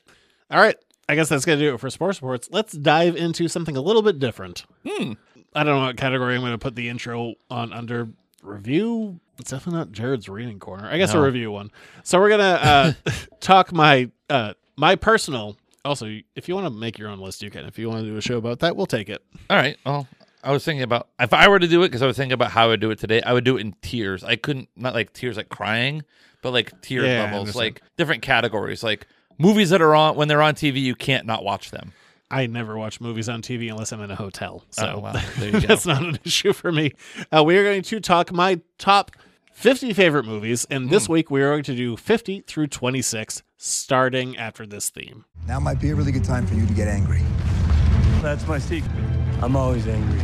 E: All right, I guess that's going to do it for sports reports. Let's dive into something a little bit different. I don't know what category I'm going to put the intro on under review. It's definitely not Jared's reading corner. I guess
F: No.
E: a review one. So we're gonna uh, talk my uh, my personal. Also, if you want to make your own list, you can. If you want to do a show about that, we'll take it.
F: All right. Well, I was thinking about if I were to do it because I was thinking about how I would do it today. I would do it in tiers. I couldn't not like tears like crying, but like tier
E: Yeah, I
F: levels,
E: understand.
F: like different categories, like movies that are on when they're on TV. You can't not watch them.
E: I never watch movies on TV unless I'm in a hotel. So
F: Oh, wow. There you go.
E: that's not an issue for me. Uh, we are going to talk my top 50 favorite movies, and
F: Hmm.
E: this week we are going to do 50 through 26, starting after this theme.
D: Now might be a really good time for you to get angry.
K: That's my secret. I'm always angry.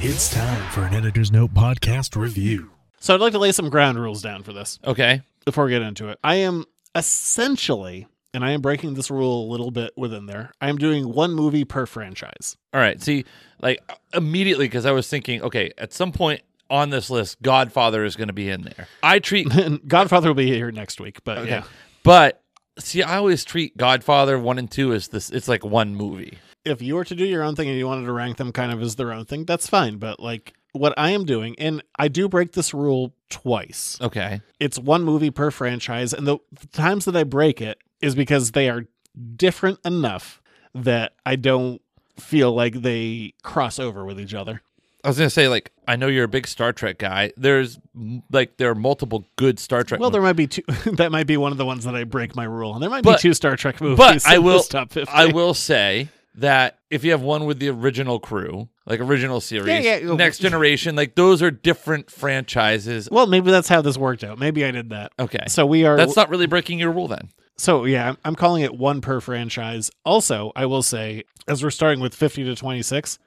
J: It's time for an Editor's Note podcast review.
E: So I'd like to lay some ground rules down for this.
F: Okay.
E: before we get into it, I am essentially, and I am breaking this rule a little bit within there, I am doing one movie per franchise.
F: All right. See, like immediately because I was thinking, okay, at some point on this list, Godfather is going to be in there. I treat
E: And Godfather will be here next week, but yeah.
F: But see, I always treat Godfather one and two as this. It's like one movie.
E: If you were to do your own thing and you wanted to rank them kind of as their own thing, that's fine. But like what I am doing, and I do break this rule twice.
F: Okay.
E: It's one movie per franchise, and the, the times that I break it is because they are different enough that I don't feel like they cross over with each other.
F: I was gonna say like I know you're a big Star Trek guy. There's m- like there are multiple good Star Trek.
E: Well, there
F: movies.
E: might be two. that might be one of the ones that I break my rule, and there might
F: But-
E: be two Star Trek movies.
F: but
E: in
F: I will
E: this top 50.
F: I will say that if you have one with the original crew, like original series,
E: Yeah, yeah.
F: Next Generation, like those are different franchises.
E: Well, maybe that's how this worked out. Maybe I did that.
F: Okay,
E: So we are.
F: that's not really breaking your rule then.
E: so yeah, I'm- I'm calling it one per franchise. Also, I will say, as we're starting with 50 to 26,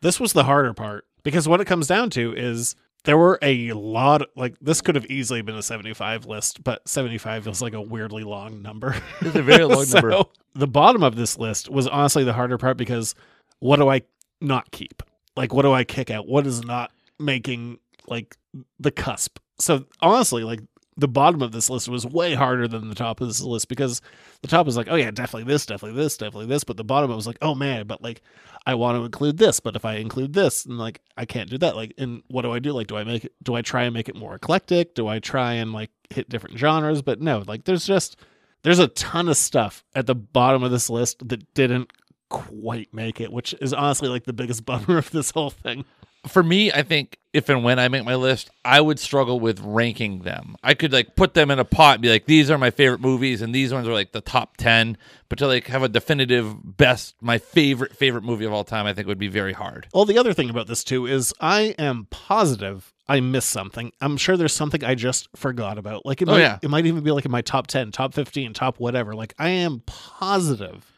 E: this was the harder part because what it comes down to is there were a lot. Like this could have easily been a 75 list, but 75 is like a weirdly long number.
F: It's a very long
E: so
F: number.
E: the bottom of this list was honestly the harder part because what do I not keep? Like what do I kick out? What is not making like the cusp? So honestly, like the bottom of this list was way harder than the top of this list because the top was like, oh yeah, definitely this, definitely this, definitely this, but the bottom I was like, oh man, but like I want to include this, but if I include this, and like I can't do that, like, and what do I do? Like, do I make it? Do I try and make it more eclectic? Do I try and like hit different genres? But no, like there's just there's a ton of stuff at the bottom of this list that didn't quite make it, which is honestly like the biggest bummer of this whole thing.
F: for me, I think if and when I make my list, I would struggle with ranking them. I could like put them in a pot and be like, these are my favorite movies, and these ones are like the top 10. But to like have a definitive best, my favorite, favorite movie of all time, I think would be very hard.
E: Well, the other thing about this too is I am positive I missed something. I'm sure there's something I just forgot about. Like it
F: Oh,
E: might,
F: yeah.
E: it might even be like in my top 10, top 15, top whatever. Like I am positive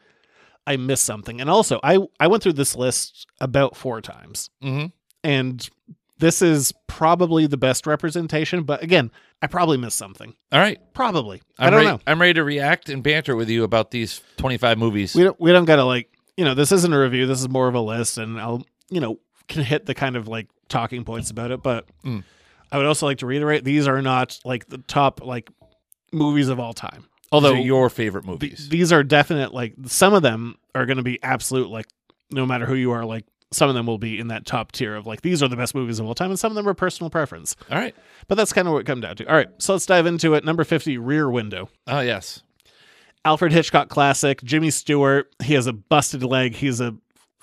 E: I missed something. And also, I I went through this list about 4 times.
F: Mhm.
E: And this is probably the best representation, but again, I probably missed something.
F: All right.
E: Probably.
F: I'm
E: I don't
F: ready,
E: know.
F: I'm ready to react and banter with you about these 25 movies.
E: We don't we don't got to like, you know, this isn't a review. This is more of a list and I'll, you know, can hit the kind of like talking points about it, but
F: Mm.
E: I would also like to reiterate these are not like the top like movies of all time. Although
F: these are your favorite
E: th-
F: movies.
E: these are definite like some of them are going to be absolute like no matter who you are like some of them will be in that top tier of like these are the best movies of all time and some of them are personal preference.
F: all right.
E: But that's kind of what it come down to. All right, so let's dive into it. Number 50 Rear Window.
F: Oh, yes.
E: Alfred Hitchcock classic, Jimmy Stewart. He has a busted leg. He's a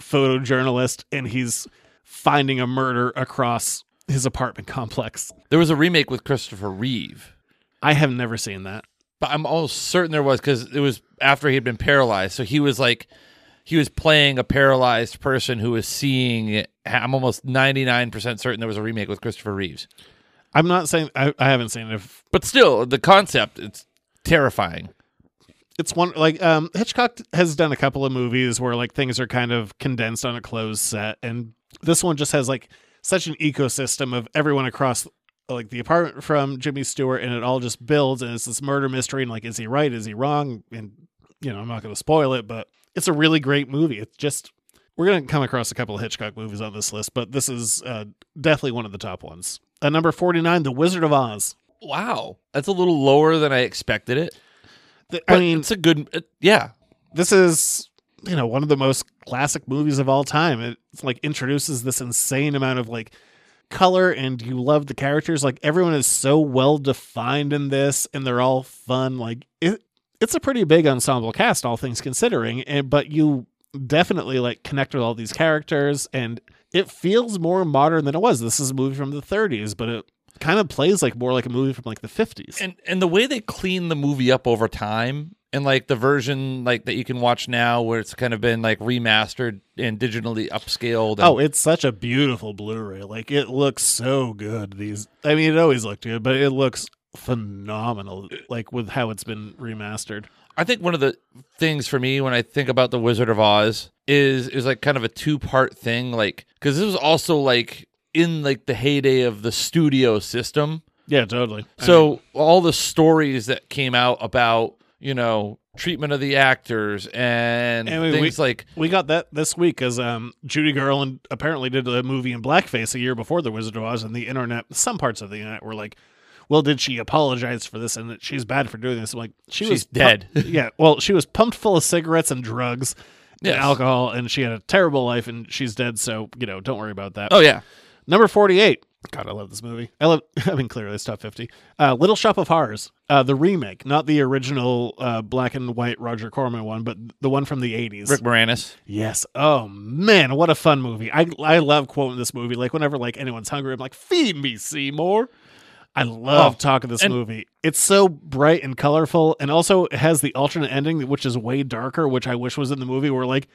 E: photojournalist and he's finding a murder across his apartment complex.
F: There was a remake with Christopher Reeve,
E: I have never seen that.
F: but I'm almost certain there was because it was after he had been paralyzed. So he was like, he was playing a paralyzed person who was seeing it. I'm almost 99% certain there was a remake with Christopher Reeves.
E: I'm not saying I, I haven't seen it. If
F: But still, the concept, it's terrifying.
E: It's one like um Hitchcock has done a couple of movies where like things are kind of condensed on a closed set and this one just has like such an ecosystem of everyone across like the apartment from Jimmy Stewart and it all just builds and it's this murder mystery and like is he right is he wrong and you know I'm not going to spoil it but it's a really great movie it's just we're going to come across a couple of Hitchcock movies on this list but this is uh, definitely one of the top ones uh, number 49 The Wizard of Oz
F: Wow. That's a little lower than I expected it.
E: The-
F: But
E: I mean
F: it's a good, it- yeah.
E: this is you know one of the most classic movies of all time it like introduces this insane amount of like color and you love the characters like everyone is so well defined in this and they're all fun like it it's a pretty big ensemble cast all things considering and but you definitely like connect with all these characters and it feels more modern than it was this is a movie from the 30s but it kind of plays like more like a movie from like the 50s
F: and and the way they clean the movie up over time and like the version like that you can watch now where it's kind of been like remastered and digitally upscaled and
E: Oh, it's such a beautiful Blu-ray. Like it looks so good. These, I mean, it always looked good, but it looks phenomenal. Like with how it's been remastered.
F: i think one of the things for me when i think about the wizard of oz is is like kind of a two part thing like because this was also like in like the heyday of the studio system
E: Yeah, totally. I mean,
F: So all the stories that came out about you know treatment of the actors and,
E: And we-
F: things
E: we-
F: like
E: we got that this week because um, Judy Garland apparently did a movie in blackface a year before The Wizard of Oz, and the internet, some parts of the internet were like, "Well, did she apologize for this?" And that she's bad for doing this. I'm like, she was
F: She's dead.
E: pump- yeah. Well, she was pumped full of cigarettes and drugs.
F: Yes.
E: And alcohol, and she had a terrible life, and she's dead. So you know, don't worry about that.
F: oh yeah
E: Number 48. God, I love this movie. I love, I mean, clearly it's top 50. Uh, Little Shop of Horrors, uh, the remake, not the original uh, black and white Roger Corman one, but the one from the 80s.
F: rick moranis
E: Yes. Oh, man, what a fun movie. I, I love quoting this movie. Like, whenever like anyone's hungry, I'm like, feed me, Seymour. I love
F: Oh,
E: talking this
F: and-
E: movie. It's so bright and colorful, and also it has the alternate ending, which is way darker, which I wish was in the movie, where like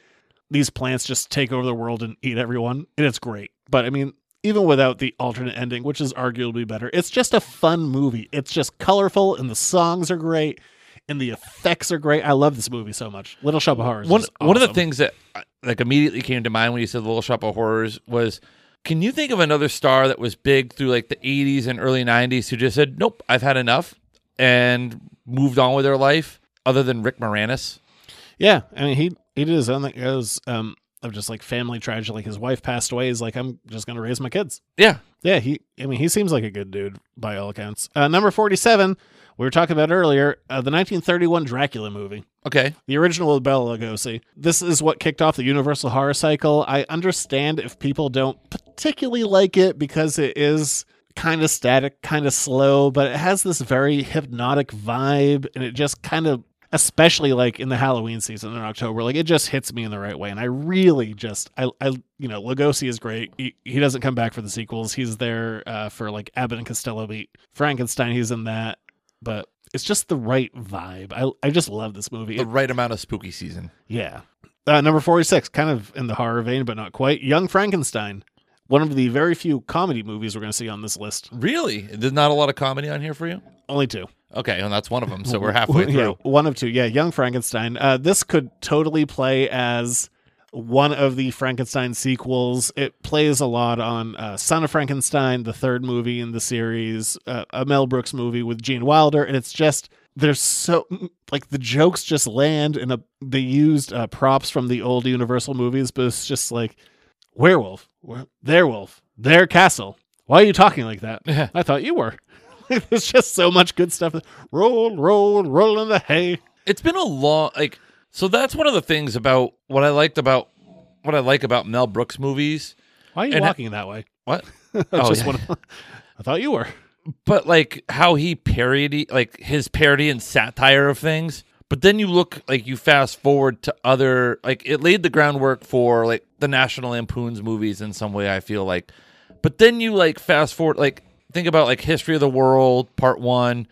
E: these plants just take over the world and eat everyone, and it's great. But I mean, even without the alternate ending, which is arguably better, it's just a fun movie. It's just colorful, and the songs are great, and the effects are great. I love this movie so much. Little Shop of Horrors.
F: one
E: is
F: one of the
E: awesome.
F: things that uh, like immediately came to mind when you said Little Shop of Horrors was can you think of another star that was big through like the 80s and early 90s who just said nope I've had enough and moved on with their life other than Rick Moranis
E: Yeah, I mean he he did his own thing. It was um of just like family tragedy. Like his wife passed away. He's like, I'm just gonna raise my kids.
F: yeah
E: Yeah, he. I mean, he seems like a good dude by all accounts. Uh, number forty-seven. We were talking about earlier uh, the 1931 Dracula movie,
F: okay
E: the original with Bela Lugosi. This is what kicked off the Universal horror cycle. I understand if people don't particularly like it because it is kind of static, kind of slow, but it has this very hypnotic vibe, and it just kind of especially like in the Halloween season in October. Like it just hits me in the right way, and I really just I I you know Lugosi is great. He, he doesn't come back for the sequels. He's there uh, for like Abbott and Costello beat Frankenstein. He's in that, but it's just the right vibe. I I just love this movie.
F: The
E: It-
F: right amount of spooky season.
E: yeah. Uh, number 46, kind of in the horror vein, but not quite. Young Frankenstein, one of the very few comedy movies we're going to see on this list.
F: Really? There's not a lot of comedy on here for you?
E: Only two.
F: Okay, and that's one of them. So we're halfway
E: Yeah,
F: through.
E: one of two. Yeah, Young Frankenstein. Uh, this could totally play as one of the Frankenstein sequels. It plays a lot on uh, Son of Frankenstein, the third movie in the series, uh, a Mel Brooks movie with Gene Wilder, and it's just there's so like the jokes just land and uh, they used uh, props from the old Universal movies, but it's just like werewolf, were- werewolf, their castle. Why are you talking like that?
F: Yeah.
E: I thought you were. There's just so much good stuff. Roll, roll, roll in the hay.
F: It's been a long like so that's one of the things about what I liked about what I like about Mel Brooks movies.
E: Why are you
F: And-
E: walking that way?
F: What?
E: I
F: Oh,
E: just
F: yeah.
E: wanna- I thought you were.
F: but like how he parody like his parody and satire of things but then you look like you fast forward to other like it laid the groundwork for like the national lampoons movies in some way i feel like but then you like fast forward like think about like history of the world part one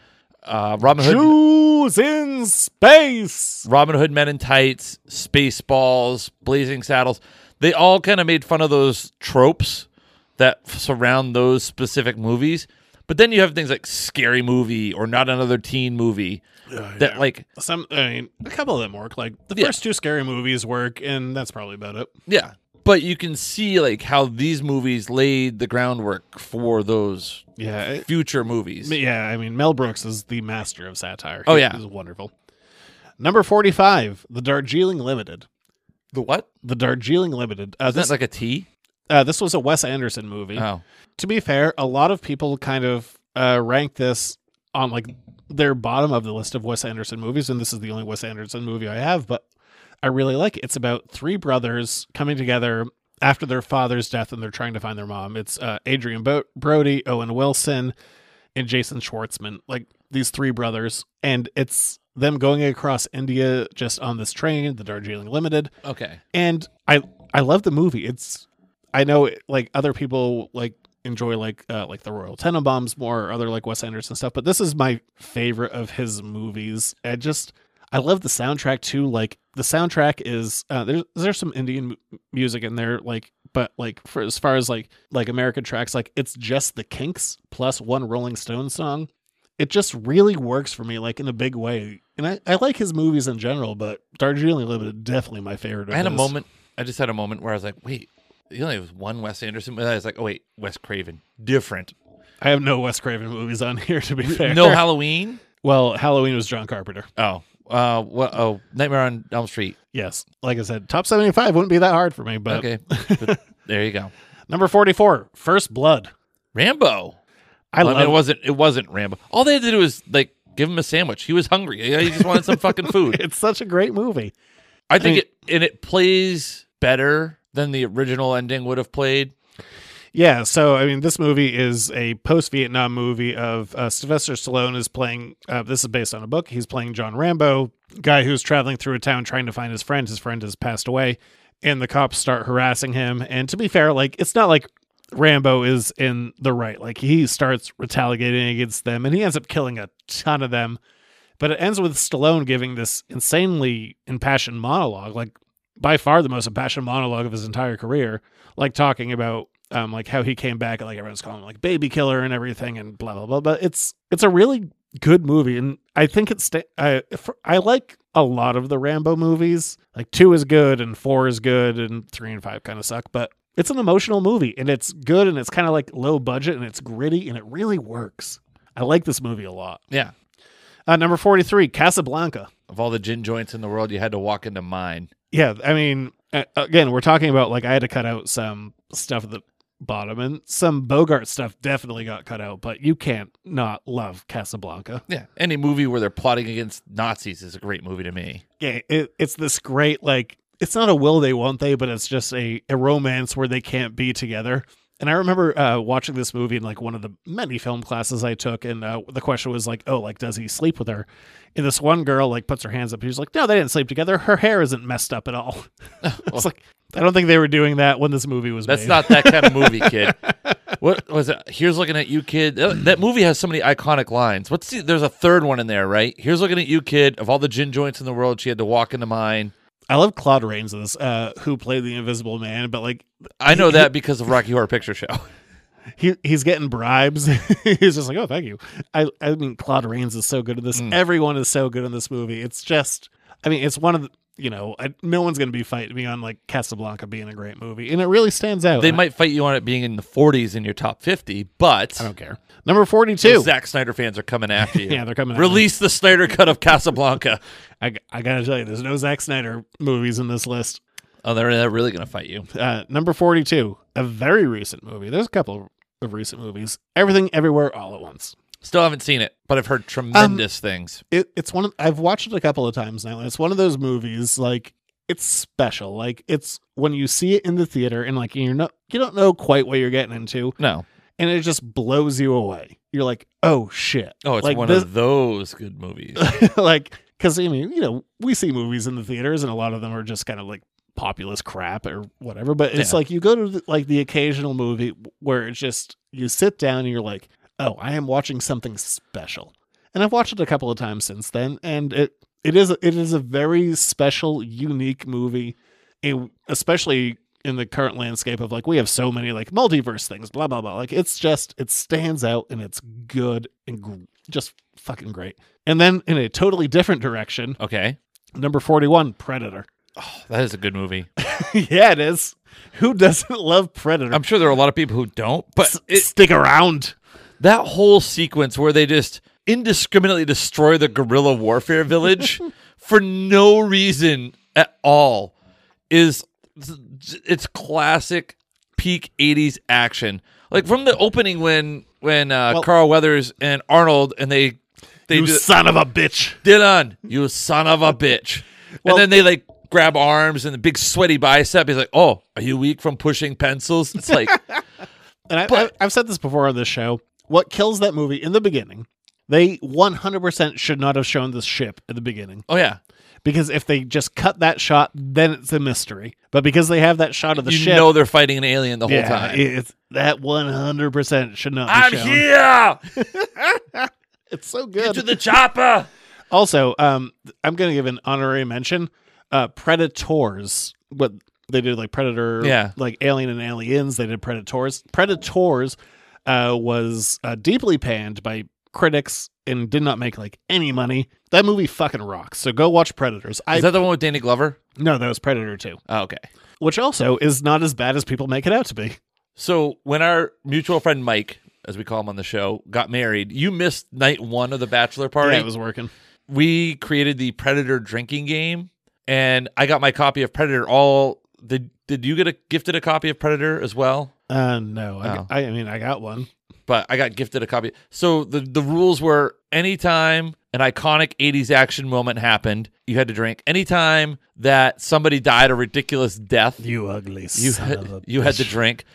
F: uh robin hood
E: Jews in space.
F: Robin Hood Men in Tights, Spaceballs, Blazing Saddles. They all kind of made fun of those tropes that f- surround those specific movies. But then you have things like Scary Movie or Not Another Teen Movie that like
E: Some, I mean, a couple of them work. Like the
F: Yeah.
E: first two scary movies work, and that's probably about it.
F: yeah. But you can see like how these movies laid the groundwork for those
E: Yeah, it-
F: future movies.
E: yeah. I mean, Mel Brooks is the master of satire.
F: Oh, yeah.
E: he's wonderful. Number forty-five, The Darjeeling Limited.
F: The what?
E: The Darjeeling Limited. Uh,
F: Isn't
E: this
F: that like a T?
E: uh, this was a Wes Anderson movie.
F: Oh.
E: to be fair, a lot of people kind of uh, rank this on like their bottom of the list of Wes Anderson movies, and this is the only Wes Anderson movie I have, but I really like it. It's about three brothers coming together after their father's death, and they're trying to find their mom. It's uh, Adrian Bo- Brody, Owen Wilson, and Jason Schwartzman, like these three brothers, and it's them going across India just on this train, the Darjeeling Limited
F: Okay.
E: and I I love the movie. It's I know like other people like enjoy like uh, like the Royal Tenenbaums more or other like Wes Anderson stuff, but this is my favorite of his movies. I just I love the soundtrack too. Like the soundtrack is uh, there's there's some Indian mu- music in there, like but like for as far as like like American tracks, like it's just the Kinks plus one Rolling Stone song. It just really works for me, like in a big way. And I, I like his movies in general, but Darjeeling Limited definitely my favorite. Of
F: I had a
E: his.
F: moment. I just had a moment where I was like, wait, you only have one Wes Anderson. And I was like, oh, wait, Wes Craven. Different.
E: I have no Wes Craven movies on here to be fair.
F: No Halloween.
E: well, Halloween was John Carpenter.
F: Oh, uh, what? Oh, Nightmare on Elm Street.
E: Yes, like I said, top seventy five wouldn't be that hard for me. But
F: okay, But there you go.
E: number forty four, First Blood.
F: Rambo.
E: I
F: Well, mean,
E: love
F: it. Wasn't it wasn't Rambo? All they had to do was like give him a sandwich. He was hungry. He just wanted some fucking food.
E: It's such a great movie.
F: I think
E: mean-
F: it and it plays better than the original ending would have played.
E: Yeah, so I mean, this movie is a post Vietnam movie of uh, Sylvester Stallone is playing. Uh, this is based on a book. He's playing John Rambo, guy who's traveling through a town trying to find his friend. His friend has passed away, and the cops start harassing him. And to be fair, like it's not like Rambo is in the right. Like he starts retaliating against them, and he ends up killing a ton of them. But it ends with Stallone giving this insanely impassioned monologue, like by far the most impassioned monologue of his entire career, like talking about um like how he came back, like everyone's calling him like baby killer and everything, and blah blah blah. But it's it's a really good movie, and I think it's sta- I for, I like a lot of the Rambo movies. Like two is good, and four is good, and three and five kind of suck, but. It's an emotional movie and it's good and it's kind of like low budget and it's gritty and it really works. I like this movie a lot.
F: Yeah,
E: Uh, number 43, Casablanca.
F: of all the gin joints in the world, you had to walk into mine.
E: Yeah, I mean, a- again, we're talking about like I had to cut out some stuff at the bottom and some Bogart stuff definitely got cut out, but you can't not love Casablanca.
F: Yeah, any movie where they're plotting against Nazis is a great movie to me.
E: Yeah, it, it's this great, like, it's not a will they, won't they, but it's just a, a romance where they can't be together. And I remember uh, watching this movie in like one of the many film classes I took, and uh, the question was like, "Oh, like does he sleep with her?" And this one girl like puts her hands up. And she's like, "No, they didn't sleep together. Her hair isn't messed up at all." it's like I don't think they were doing that when this movie was.
F: That's
E: made.
F: not that kind of movie, kid. What was it? Here's looking at you, kid. That that movie has so many iconic lines. What's the, there's a third one in there, right? Here's looking at you, kid. Of all the gin joints in the world, she had to walk into mine.
E: I love Claude Rains in this, uh, who played the Invisible Man, but like
F: I know that because of Rocky Horror Picture Show.
E: he he's getting bribes. he's just like, oh, thank you. I I mean, Claude Rains is so good in this.
F: Mm.
E: Everyone is so good in this movie. It's just, I mean, it's one of the, you know, I, no one's gonna be fighting me on like Casablanca being a great movie, and it really stands out.
F: They
E: And I-
F: might fight you on it being in the 40s in your top 50, but
E: I, don't care. Number forty-two.
F: The Zack Snyder fans are coming after you.
E: Yeah, they're coming after me.
F: Release the Snyder cut of Casablanca.
E: I I gotta tell you, there's no Zack Snyder movies in this list.
F: Oh, they're, they're really going to fight you.
E: Uh, number forty-two, a very recent movie. There's a couple of recent movies. Everything, everywhere, all at once.
F: Still haven't seen it, but I've heard
E: Um,
F: tremendous things.
E: it, it's one of, I've watched it a couple of times now, and it's one of those movies like it's special. Like it's when you see it in the theater and like you're not you don't know quite what you're getting into,
F: No.
E: and it just blows you away. You're like, oh shit!
F: Oh, it's
E: like
F: one
E: this,
F: of those good movies.
E: like because I mean you know we see movies in the theaters, and a lot of them are just kind of like populist crap or whatever. But it's
F: Yeah.
E: like you go to the, like the occasional movie where it's just you sit down and you're like, oh, I am watching something special. And I've watched it a couple of times since then, and it it is it is a very special, unique movie, and especially in the current landscape of like we have so many like multiverse things, blah blah blah. Like it's just it stands out and it's good and gr- just fucking great. And then in a totally different direction,
F: okay.
E: number forty one, Predator.
F: That is a good movie.
E: yeah, it is. Who doesn't love Predator?
F: I'm sure there are a lot of people who don't, but
E: S-
F: it,
E: stick around.
F: that whole sequence where they just indiscriminately destroy the guerrilla warfare village for no reason at all is it's classic peak 80s action like from the opening when when uh,
E: Well-
F: carl weathers and arnold and they they
E: you
F: do
E: son of a bitch.
F: dylan you son of a bitch
E: Well-
F: and then they like grab arms and the big sweaty bicep he's like oh are you weak from pushing pencils it's like
E: And I,
F: But-
E: I, have said this before on this show. What kills that movie in the beginning, they 100% should not have shown this ship at the beginning.
F: oh yeah
E: Because if they just cut that shot, then it's a mystery. But because they have that shot of the
F: you
E: ship.
F: know they're fighting an alien the whole
E: yeah,
F: time
E: It's, that 100% should not be
F: i'm
E: shown.
F: here
E: It's so good.
F: to the chopper.
E: also, um, I'm going to give an honorary mention. Uh, Predators, what they did like Predator,
F: Yeah.
E: like Alien and Aliens. They did Predators. Predators uh, was uh, deeply panned by critics and did not make like any money. That movie fucking rocks. So go watch Predators. I
F: Is that the one with Danny Glover?
E: no, that was Predator Two,
F: Oh, okay.
E: which also is not as bad as people make it out to be.
F: So when our mutual friend Mike, as we call him on the show, got married, you missed night one of the bachelor
E: All right,
F: party.
E: it was working.
F: we created the Predator drinking game, and I got my copy of Predator. All did did you get a gifted a copy of Predator as well?
E: Uh, no, I,
F: Oh.
E: I, I mean I got one.
F: but I got gifted a copy. So the the rules were anytime an iconic 80s action moment happened, you had to drink. Anytime that somebody died a ridiculous death,
E: You ugly
F: you
E: son
F: had,
E: of a
F: you had to
E: bitch.
F: drink.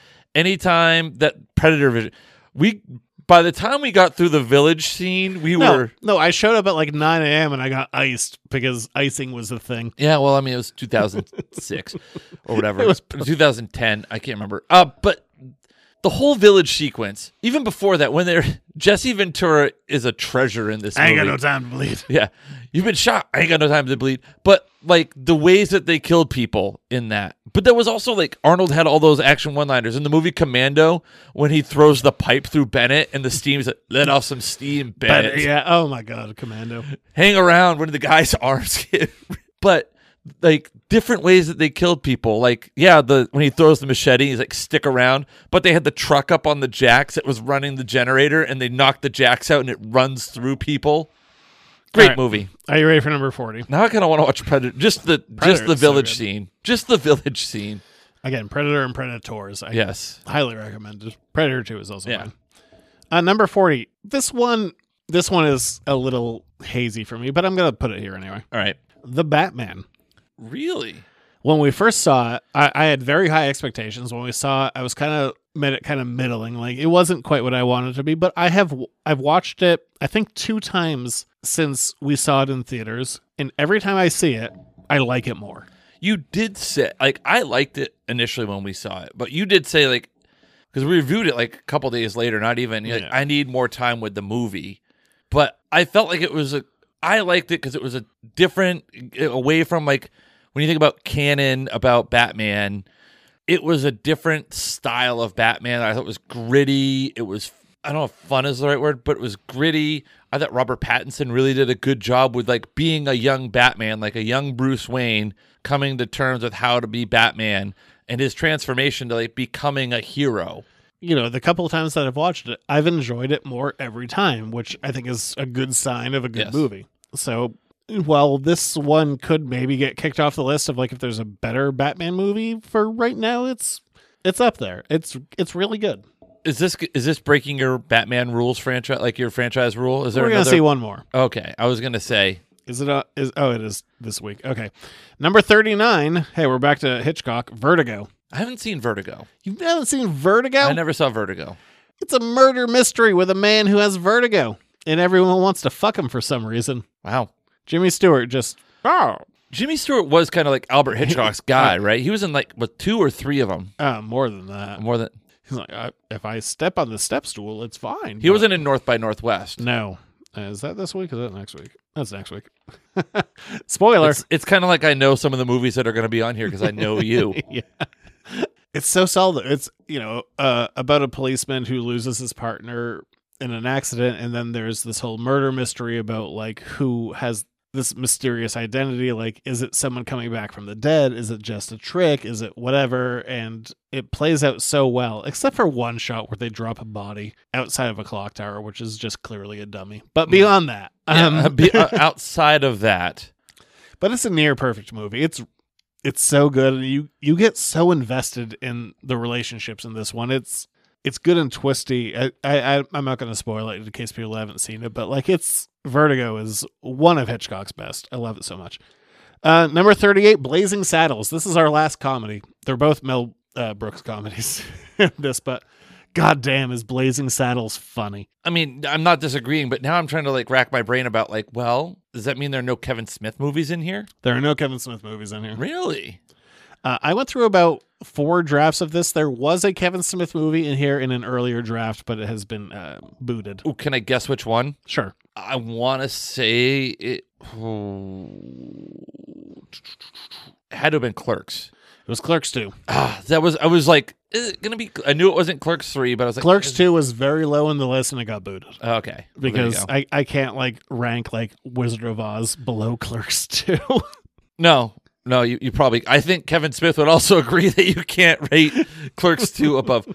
F: Anytime that predator vision, we by the time we got through the village scene, we
E: No,
F: were
E: no, I showed up at like 9 a.m. and I got iced because icing was the thing.
F: yeah. Well, I mean, it was 2006 or whatever.
E: It
F: It
E: was-
F: was 2010. I can't remember. Uh, but the whole village sequence, even before that, when they're Jesse Ventura is a treasure in this.
E: I ain't got
F: movie.
E: no time to bleed.
F: Yeah. You've been shot. I ain't got no time to bleed. But like the ways that they killed people in that. But there was also like Arnold had all those action one liners in the movie Commando when he throws the pipe through Bennett and the steam's like, let off some steam, Bennett.
E: But yeah, oh my god, Commando.
F: Hang around when the guy's arms get but like different ways that they killed people. Like, yeah, the when he throws the machete, he's like, stick around. But they had the truck up on the jacks that was running the generator and they knocked the jacks out and it runs through people. Great
E: All right.
F: movie.
E: Are you ready for number 40?
F: Now I kind of want to watch Predator. Just the
E: Predator
F: just the
E: is so
F: village
E: good.
F: scene. Just the village scene.
E: Again, Predator and Predators. I
F: Yes.
E: highly recommend it. Predator 2 is also
F: Yeah.
E: fine. Uh, number 40. This one this one is a little hazy for me, but I'm going to put it here anyway.
F: All right.
E: The Batman.
F: Really?
E: When we first saw it, I, I had very high expectations. When we saw it, I was kind of made it kind of middling. Like it wasn't quite what I wanted to be, but I have I've watched it I think two times since we saw it in theaters, and every time I see it, I like it more.
F: You did say like I liked it initially when we saw it, but you did say like because we reviewed it like a couple days later, not even. You're like,
E: Yeah.
F: I need more time with the movie, but I felt like it was a. I liked it because it was a different away from like when you think about canon about Batman. It was a different style of Batman. I thought it was gritty. It was I don't know if fun is the right word, but it was gritty. I thought Robert Pattinson really did a good job with like being a young Batman, like a young Bruce Wayne coming to terms with how to be Batman and his transformation to like becoming a hero.
E: You know, the couple of times that I've watched it, I've enjoyed it more every time, which I think is a good sign of a good
F: Yes.
E: movie. So, while this one could maybe get kicked off the list of like if there's a better Batman movie for right now, it's it's up there. It's it's really good.
F: Is this is this breaking your Batman rules franchise like your franchise rule? Is there
E: We're gonna
F: another
E: see one more.
F: Okay, I was gonna say
E: Is it uh is oh it is this week. Okay. Number 39. Hey, we're back to Hitchcock, Vertigo.
F: I haven't seen Vertigo.
E: You haven't seen Vertigo?
F: I never saw Vertigo.
E: It's a murder mystery with a man who has vertigo and everyone wants to fuck him for some reason.
F: Wow,
E: Jimmy Stewart just oh,
F: Jimmy Stewart was kind of like Albert Hitchcock's guy, right? He was in like with two or three of them.
E: uh, more than that.
F: More than
E: He's like I, if I step on the step stool, it's fine.
F: he wasn't in North by Northwest.
E: No. Uh, Is that this week? Is that next week? That's next week. Spoiler.
F: It's, it's kind of like I know some of the movies that are going to be on here because I know you.
E: yeah. It's so solid. It's you know uh, about a policeman who loses his partner in an accident, and then there's this whole murder mystery about like who has this mysterious identity. Like, is it someone coming back from the dead? Is it just a trick? Is it whatever? And it plays out so well, except for one shot where they drop a body outside of a clock tower, which is just clearly a dummy. But beyond that, um,
F: Yeah, be- uh, outside of that,
E: but it's a near perfect movie. It's it's so good, and you you get so invested in the relationships in this one. It's it's good and twisty. I, I I- I'm not going to spoil it in case people haven't seen it, but like it's Vertigo is one of Hitchcock's best. I love it so much. Uh, number thirty eight, Blazing Saddles. This is our last comedy. They're both Mel uh, Brooks comedies. this, but goddamn, is Blazing Saddles funny?
F: I mean, I'm not disagreeing, but now I'm trying to like rack my brain about like, well, does that mean there are no Kevin Smith movies in here?
E: There are no Kevin Smith movies in here.
F: Really?
E: Uh, I went through about four drafts of this. There was a Kevin Smith movie in here in an earlier draft, but it has been uh, booted.
F: Ooh, can I guess which one?
E: Sure.
F: I want to say it had to have been Clerks.
E: It was Clerks 2.
F: Ah, that was I was like, is it gonna be? I knew it wasn't Clerks three, but I was like,
E: Clerks 2 was very low on the list and it got booted
F: Oh, okay, Well, there you
E: because
F: go.
E: I, I can't like rank like Wizard of Oz below Clerks 2.
F: no, no, you, you probably. I think Kevin Smith would also agree that you can't rate Clerks two above.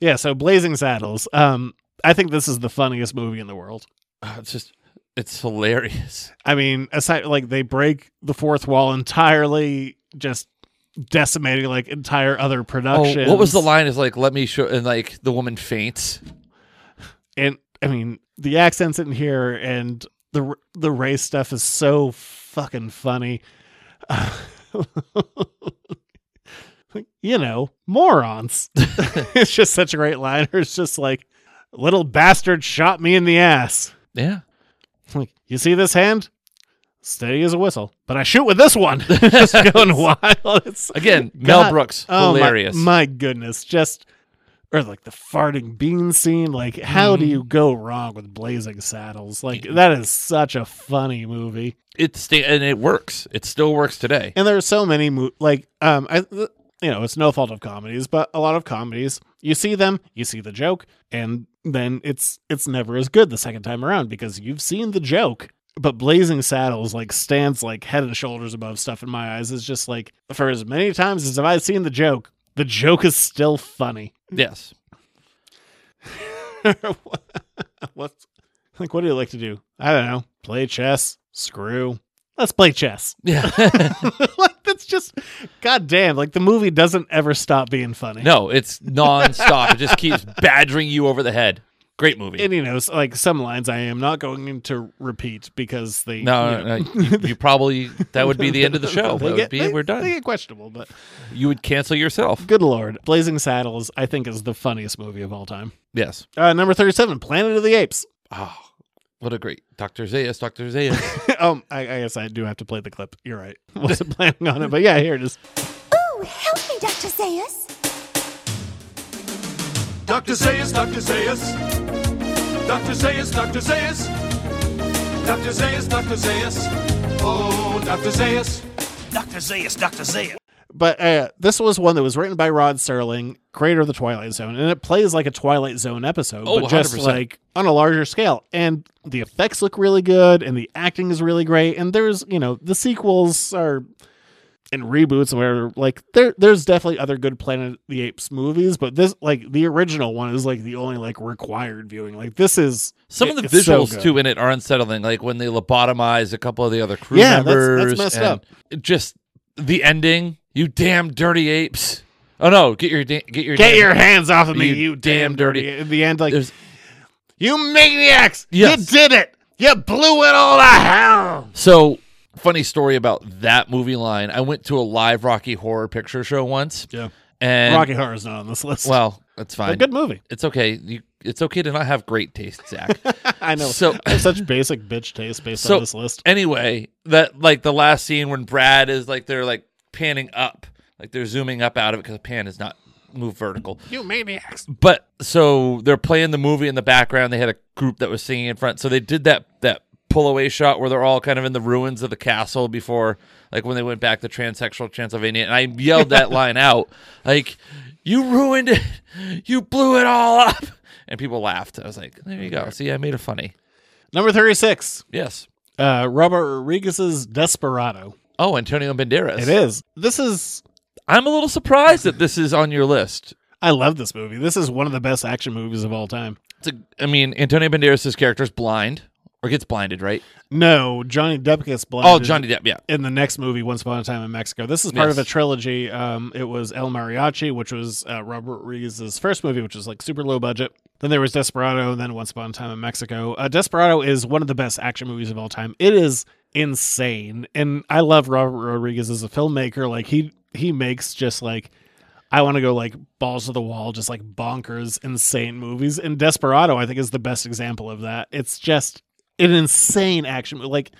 E: yeah, so Blazing Saddles. Um, I think this is the funniest movie in the world.
F: Ah, it's just, it's hilarious.
E: I mean, aside like they break the fourth wall entirely, just decimating like entire other
F: Oh,
E: productions.
F: what was the line? Is like, let me show, and like the woman faints.
E: and I mean the accents in here and the r- the race stuff is so fucking funny. you know, morons. it's just such a great line. It's just like little bastard shot me in the ass.
F: Yeah,
E: Like, you see this hand? Steady as a whistle, but I shoot with this one. just going wild. It's
F: again, Mel
E: God-
F: Brooks,
E: Oh, my-
F: hilarious.
E: My, goodness, just or like the farting bean scene. Like, how
F: Mm-hmm.
E: do you go wrong with Blazing Saddles? Like, that is such a funny movie.
F: it's sta- and it works. It still works today.
E: And there are so many mo- like um I th- you know, it's no fault of comedies, but a lot of comedies, you see them, you see the joke, and then it's it's never as good the second time around because you've seen the joke. But Blazing Saddles like stands like head and shoulders above stuff in my eyes. It's just like for as many times as I've seen the joke, the joke is still funny.
F: Yes.
E: What's like what do you like to do? I don't know. Play chess. Screw. Let's play chess.
F: Yeah.
E: like that's just goddamn. Like the movie doesn't ever stop being funny.
F: no, it's nonstop. it just keeps badgering you over the head. Great movie.
E: And you know, s- like some lines I am not going to repeat because they you
F: no,
E: know,
F: no, no, you, you probably that would be the end of the show.
E: They
F: That
E: get-
F: would be
E: they-
F: we're done.
E: They get questionable, but
F: you would cancel yourself.
E: good lord, Blazing Saddles I think is the funniest movie of all time.
F: Yes.
E: Uh, number thirty-seven, Planet of the Apes.
F: Oh, what a great Doctor Zayas, Doctor Zayas.
E: um, I, I guess I do have to play the clip. You're right. Wasn't planning on it, but yeah, here it is.
L: Oh, help me, Dr. Zayas.
M: Dr. Zayas, Dr. Zayas. Dr. Zayas, Dr. Zayas. Dr. Zayas, Dr. Zayas. Oh, Dr. Zayas. Dr. Zayas, Dr. Zayas.
E: But uh, this was one that was written by Rod Serling, creator of the Twilight Zone, and it plays like a Twilight Zone episode,
F: Oh,
E: but just
F: 100%.
E: like on a larger scale. And the effects look really good, and the acting is really great. And there's, you know, the sequels are and reboots and whatever. Like there, there's definitely other good Planet of the Apes movies, but this, like the original one, is like the only like required viewing. Like this is
F: Some of
E: it-
F: the
E: it's so
F: visuals
E: good.
F: too in it are unsettling, like when they lobotomize a couple of the other crew
E: Yeah, that's- that's
F: members.
E: messed
F: and
E: up.
F: it Just the ending. You damn dirty apes. Oh no, get your da- get your
E: Get
F: damn-
E: your hands off of me,
F: You
E: you, damn,
F: damn
E: dirty.
F: dirty-
E: In the end, like,
F: There's-
E: you maniacs,
F: Yes.
E: you did it. You blew it all to hell.
F: So, funny story about that movie line. I went to a live Rocky Horror Picture Show once.
E: Yeah.
F: And
E: Rocky Horror is not on this list.
F: Well, that's
E: a
F: fine.
E: good movie.
F: It's okay. You, it's okay to not have great taste, Zach.
E: I know.
F: So-
E: I have such basic bitch taste based
F: so
E: on this list.
F: anyway, that like the last scene when Brad is like they're like panning up, like they're zooming up out of it because the pan is not move vertical.
E: You maniacs.
F: But so they're playing the movie in the background. They had a group that was singing in front. So they did that that pull away shot where they're all kind of in the ruins of the castle before, like when they went back to transsexual Transylvania. And I yelled that line out, like, "You ruined it! You blew it all up!" And people laughed. I was like, "There you go. See, I made it funny."
E: Number 36,
F: Yes.
E: uh, Robert Rodriguez's Desperado.
F: Oh, Antonio Banderas.
E: It is. This is.
F: I'm a little surprised that this is on your list.
E: I love this movie. This is one of the best action movies of all time.
F: It's a, I mean, Antonio Banderas' character is blind or gets blinded, right?
E: No, Johnny Depp gets
F: Oh,
E: blinded.
F: Johnny Depp. Yeah.
E: in the next movie, Once Upon a Time in Mexico. This is part
F: Yes.
E: of a trilogy. Um, it was El Mariachi, which was uh, Robert Rodriguez's first movie, which was like super low budget. Then there was Desperado, and then Once Upon a Time in Mexico. Uh, Desperado is one of the best action movies of all time. It is insane, and I love Robert Rodriguez as a filmmaker. Like he he makes just like. I want to go like balls to the wall, just like bonkers, insane movies. And Desperado, I think, is the best example of that. It's just an insane action. mo- Like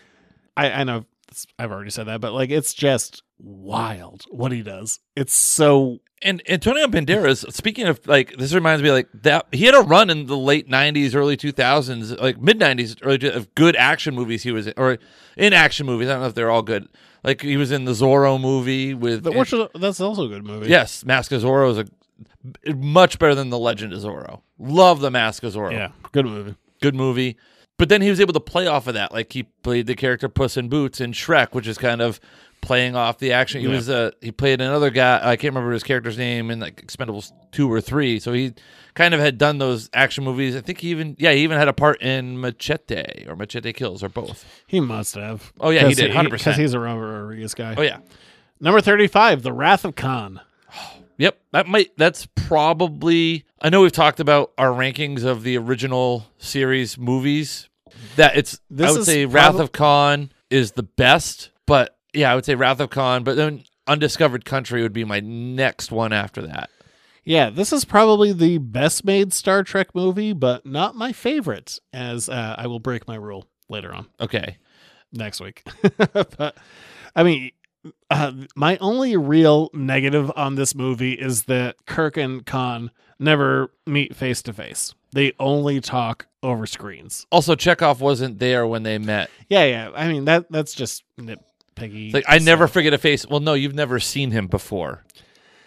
E: I, I know it's- I've already said that, but like it's just wild what he does. It's so
F: And Antonio Banderas, speaking of like, this reminds me like that he had a run in the late '90s, early 2000s, like mid '90s, early 2000s of good action movies. He was in, or in action movies. I don't know if they're all good. Like he was in the Zorro movie with
E: the which is- that's also a good movie.
F: yes, Mask of Zorro is a much better than the Legend of Zorro. Love the Mask of Zorro.
E: yeah, good movie.
F: good movie. But then he was able to play off of that. Like he played the character Puss in Boots in Shrek, which is kind of playing off the action. He
E: Yeah.
F: was uh he played another guy. I can't remember his character's name in like Expendables two or three. So he kind of had done those action movies. I think he even yeah he even had a part in Machete or Machete Kills or both.
E: He must have.
F: Oh, yeah, he
E: 'Cause
F: did, 100%.
E: Because he's a Robert Rodriguez guy.
F: Oh yeah,
E: Number thirty-five, The Wrath of Khan.
F: yep. That might that's probably. I know we've talked about our rankings of the original series movies. That it's
E: This
F: I would
E: is
F: say
E: probab-
F: Wrath of Khan is the best, but yeah, I would say Wrath of Khan, but then Undiscovered Country would be my next one after that.
E: Yeah, this is probably the best made Star Trek movie, but not my favorite. As uh, I will break my rule later on.
F: Okay.
E: next week. but I mean, uh, my only real negative on this movie is that Kirk and Khan never meet face to face. They only talk over screens.
F: Also, Chekhov wasn't there when they met.
E: Yeah, yeah. I mean that that's just
F: It's
E: nitpicky.
F: Like I never
E: stuff.
F: forget a face. Well, no, you've never seen him before.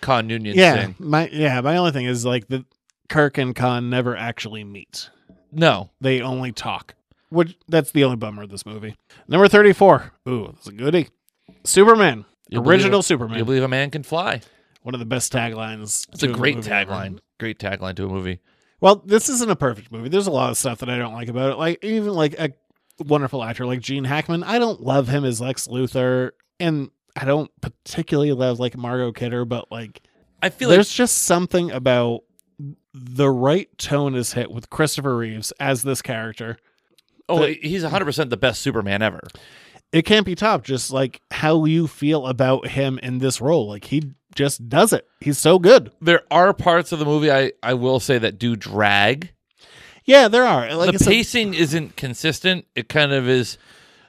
F: Khan Noonien
E: Yeah,
F: Singh.
E: my yeah. My only thing is like the Kirk and Khan never actually meet.
F: No.
E: They only talk. Which that's the only bummer of this movie. Number thirty four. Ooh, that's a goodie. Superman.
F: You'll believe
E: original
F: it-
E: Superman.
F: You believe a man can fly.
E: one of the best taglines.
F: It's
E: to
F: a great
E: movie ever.
F: tagline. Great tagline to a movie.
E: Well, this isn't a perfect movie. There's a lot of stuff that I don't like about it. Like even like a wonderful actor like Gene Hackman, I don't love him as Lex Luthor, and I don't particularly love like Margot Kidder, but like
F: I feel like
E: there's just something about the right tone is hit with Christopher Reeves as this character.
F: Oh,
E: that-
F: he's 100% the best Superman ever.
E: it can't be topped. Just like how you feel about him in this role, like he just does it. He's so good.
F: There are parts of the movie I, I will say that do drag.
E: Yeah, there are. Like I
F: the
E: said,
F: pacing isn't consistent. It kind of is.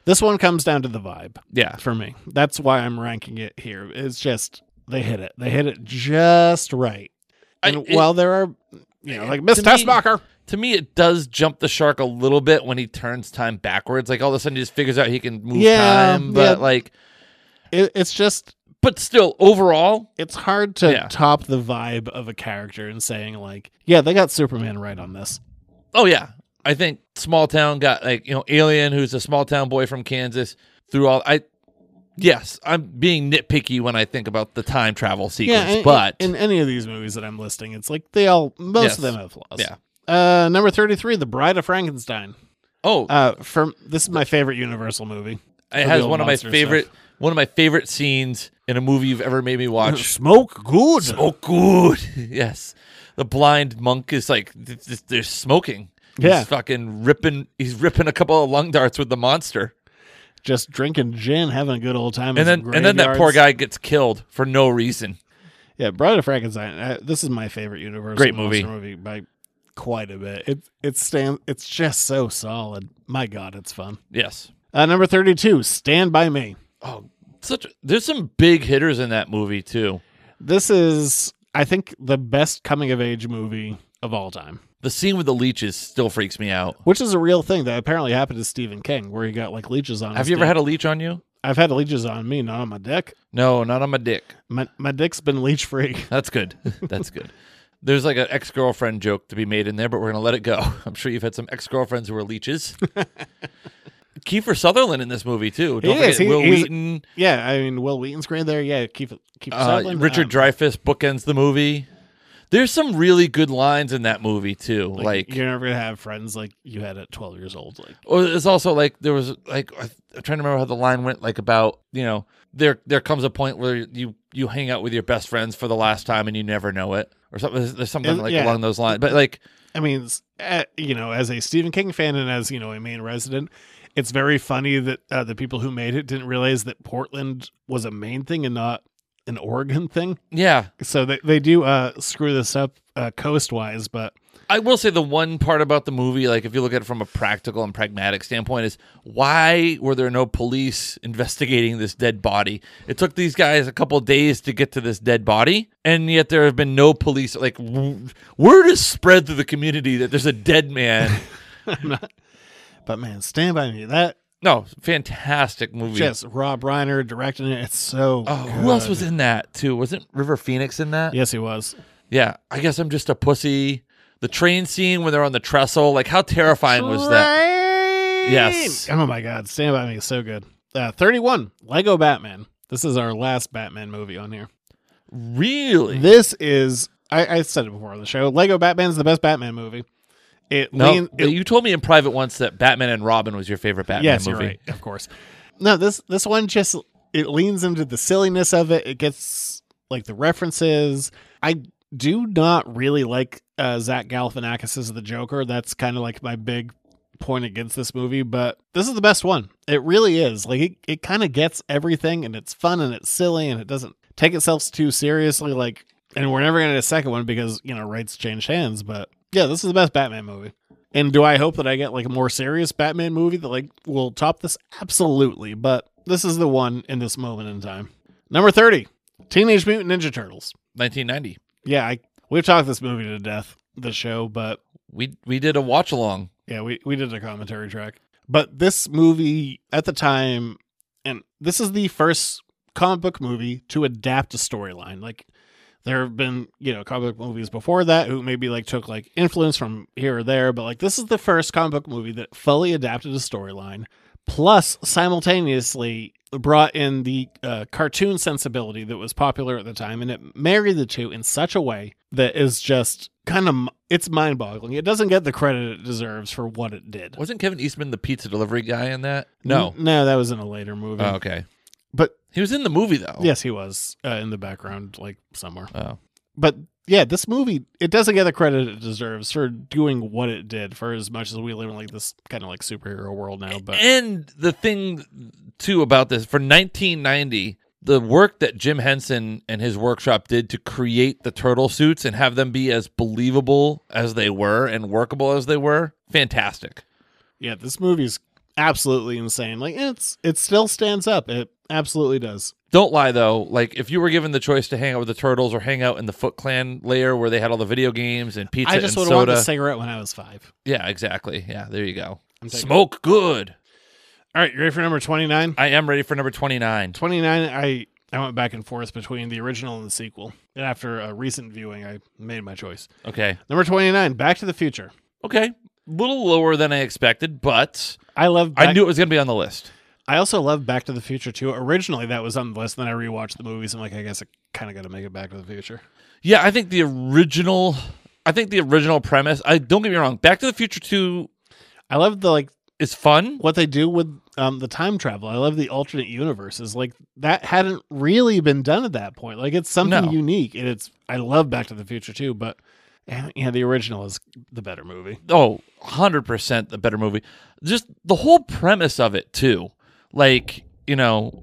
E: this one comes down to the vibe.
F: Yeah.
E: for me, that's why I'm ranking it here. It's just they hit it. They hit it just right.
F: I-
E: And
F: it-
E: while there are, you know, like Miss
F: To me-
E: Tessmacher.
F: To me, it does jump the shark a little bit when he turns time backwards. Like all of a sudden, he just figures out he can move
E: Yeah,
F: time. But
E: yeah.
F: like,
E: It, it's just
F: but still, overall,
E: it's hard to
F: Yeah.
E: top the vibe of a character and saying like, yeah, they got Superman right on this.
F: oh yeah, I think small town got like you know Alien, who's a small town boy from Kansas, through all I. Yes, I'm being nitpicky when I think about the time travel sequence,
E: and-
F: but
E: in any of these movies that I'm listing, it's like they all most
F: Yes.
E: of them have flaws.
F: Yeah.
E: Uh, number thirty-three, The Bride of Frankenstein.
F: oh,
E: Uh, from this is my favorite Universal movie. For
F: it
E: the
F: has
E: old
F: one of my
E: monster
F: favorite
E: stuff.
F: one of my favorite scenes in a movie you've ever made me watch.
E: Smoke good.
F: Smoke good. yes. The blind monk is like th- th- they're smoking.
E: Yeah.
F: He's fucking ripping he's ripping a couple of lung darts with the monster.
E: Just drinking gin, having a good old time. in
F: And then
E: some
F: and then that poor
E: graveyards.
F: guy gets killed for no reason.
E: Yeah, Bride of Frankenstein. Uh, this is my favorite Universal
F: Great
E: monster movie
F: movie.
E: by quite a bit. It it stand, It's just so solid. My God, it's fun.
F: Yes.
E: Uh, number thirty-two, Stand by Me.
F: Oh, such there's some big hitters in that movie too.
E: This is, I think, the best coming of age movie of all time.
F: The scene with the leeches still freaks me out.
E: Which is a real thing that apparently happened to Stephen King, where he got like leeches on.
F: Have you ever had a leech on you?
E: i I've had leeches on me, not on my dick.
F: No, not on my dick.
E: My my dick's been leech free.
F: That's good. That's good. There's like an ex girlfriend joke to be made in there, but we're gonna let it go. I'm sure you've had some ex girlfriends who are leeches. Kiefer Sutherland in this movie too. Don't forget Will
E: he's-
F: Wheaton.
E: Yeah, I mean Will Wheaton's great there. Yeah, keep keep Um,
F: Uh, Richard Dreyfuss bookends the movie. There's some really good lines in that movie too. Like,
E: you're never gonna have friends like you had at 12 years old. Like
F: or it's also like there was like I- I'm trying to remember how the line went. Like about you know there there comes a point where you you hang out with your best friends for the last time and you never know it or something. There's, there's something
E: Is-
F: like
E: yeah.
F: along those lines. But like
E: I mean, s- uh, you know, as a Stephen King fan and as you know a main resident, it's very funny that uh, the people who made it didn't realize that Portland was a Maine thing and not an Oregon thing.
F: yeah,
E: So they they do uh, screw this up uh, coast wise, but
F: I will say the one part about the movie, like if you look at it from a practical and pragmatic standpoint, is why were there no police investigating this dead body? It took these guys a couple days to get to this dead body, and yet there have been no police. Like w- word is spread through the community that there's a dead man.
E: I'm not. But man, stand by me. That
F: no, fantastic movie.
E: just Rob Reiner directing it. It's so.
F: Oh, who else
E: good.
F: was in that too? Wasn't River Phoenix in that?
E: Yes, he was.
F: Yeah, I guess I'm just a pussy. The train scene when they're on the trestle, like how terrifying was that? Yes.
E: Oh my God, Stand by Me is so good. Uh, Thirty-one, Lego Batman. This is our last Batman movie on here.
F: Really?
E: This is. I, I said it before on the show. Lego Batman's the best Batman movie. It
F: No,
E: lean-
F: but
E: it-
F: you told me in private once that Batman and Robin was your favorite Batman
E: yes,
F: movie.
E: you're right. Of course. No, this this one just it leans into the silliness of it. It gets like the references. I do not really like uh, Zach Galifianakis as the Joker. That's kind of like my big point against this movie, but this is the best one. It really is. Like it, it kind of gets everything, and it's fun and it's silly, and it doesn't take itself too seriously. Like, and we're never gonna get a second one because you know rights change hands. But yeah, this is the best Batman movie. And do I hope that I get like a more serious Batman movie that like will top this? Absolutely. But this is the one in this moment in time. Number 30, Teenage Mutant Ninja Turtles.
F: 1990.
E: Yeah, I, we've talked this movie to death, the show, but
F: We we did a watch along.
E: yeah, we, we did a commentary track. But this movie at the time, and this is the first comic book movie to adapt a storyline. Like there have been, you know, comic book movies before that who maybe like took like influence from here or there, but like this is the first comic book movie that fully adapted a storyline, plus simultaneously brought in the uh, cartoon sensibility that was popular at the time, and it married the two in such a way that is just kind of it's mind-boggling. It doesn't get the credit it deserves for what it did.
F: Wasn't Kevin Eastman the pizza delivery guy in that? No.
E: N- no, that was in a later movie.
F: Oh, okay.
E: But
F: He was in the movie though.
E: yes, he was uh, in the background, like somewhere.
F: Oh.
E: but yeah, this movie it doesn't get the credit it deserves for doing what it did. For as much as we live in like this kind of like superhero world now, but
F: And the thing too about this for 1990, the work that Jim Henson and his workshop did to create the turtle suits and have them be as believable as they were and workable as they were, fantastic.
E: yeah, this movie's absolutely insane. Like it's it still stands up. It absolutely does.
F: Don't lie though. Like if you were given the choice to hang out with the turtles or hang out in the Foot Clan layer where they had all the video games and pizza
E: I just
F: and
E: would have wanted
F: soda.
E: a cigarette when I was five.
F: yeah, exactly. Yeah, there you go.
E: taking-
F: Smoke good.
E: All right, you ready for number twenty nine?
F: I am ready for number 29.
E: Twenty nine. I I went back and forth between the original and the sequel. And after a recent viewing, I made my choice.
F: Okay.
E: Number twenty nine. Back to the Future.
F: Okay. A little lower than I expected, but
E: I love.
F: I knew it was going to be on the list.
E: I also love Back to the Future too. Originally, that was on the list. Then I rewatched the movies. I'm like, I guess I kind of got to make it Back to the Future.
F: Yeah, I think the original I think the original premise, I don't get me wrong, Back to the Future 2
E: I love the like
F: is fun.
E: what they do with um, the time travel. I love the alternate universes. Like that hadn't really been done at that point. Like it's something
F: No.
E: unique, and it's. I love Back to the Future too, but eh, yeah, the original is the better movie.
F: Oh, 100% the better movie. Just the whole premise of it too. Like, you know,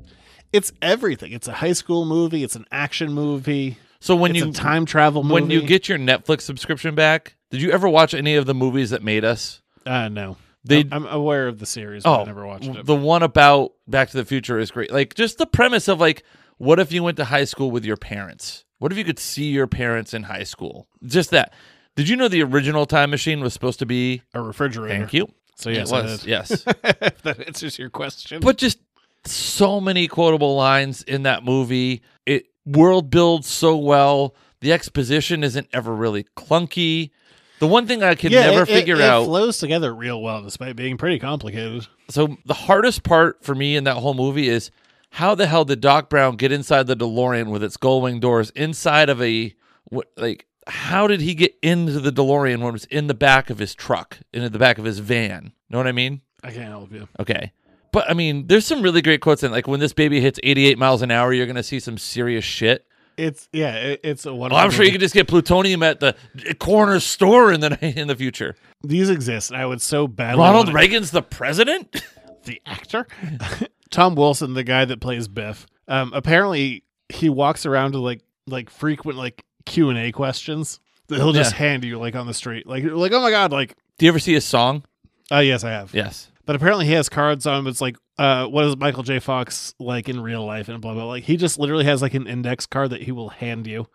E: It's everything. It's a high school movie. It's an action movie.
F: so when
E: it's
F: you
E: a time travel movie.
F: when you get your Netflix subscription back, did you ever watch any of the movies that made us?
E: uh, no,
F: They- Oh,
E: I'm aware of the series. but Oh, I never watched
F: w-
E: it.
F: The one about Back to the Future is great. Like just the premise of like, what if you went to high school with your parents? What if you could see your parents in high school? Just that. Did you know the original time machine was supposed to be?
E: a refrigerator.
F: Thank you.
E: So yes,
F: it was.
E: I did.
F: Yes,
E: if that answers your question.
F: but just so many quotable lines in that movie. It world builds so well. The exposition isn't ever really clunky. The one thing I can never
E: it, it-
F: figure
E: it
F: out
E: flows together real well despite being pretty complicated.
F: So the hardest part for me in that whole movie is how the hell did Doc Brown get inside the DeLorean with its gullwing doors inside of a what like how did he get into the DeLorean when it was in the back of his truck, into the back of his van? Know what I mean?
E: I can't help you.
F: Okay. But I mean, there's some really great quotes in like when this baby hits 88 miles an hour, you're going to see some serious shit.
E: It's yeah, it, it's a one.
F: Well, I'm sure you could just get plutonium at the corner store in the in the future.
E: These exist, and I would so badly.
F: Ronald
E: want-
F: Reagan's the president?
E: the actor, Tom Wilson, the guy that plays Biff. Um, apparently he walks around to like like frequent like Q and A questions that he'll just
F: Yeah.
E: hand you like on the street, like like oh my god, like
F: Do you ever see his song?
E: oh yes I have,
F: Yes.
E: But apparently he has cards on him. It's like, uh, what is Michael J. Fox like in real life and blah blah. Like he just literally has like an index card that he will hand you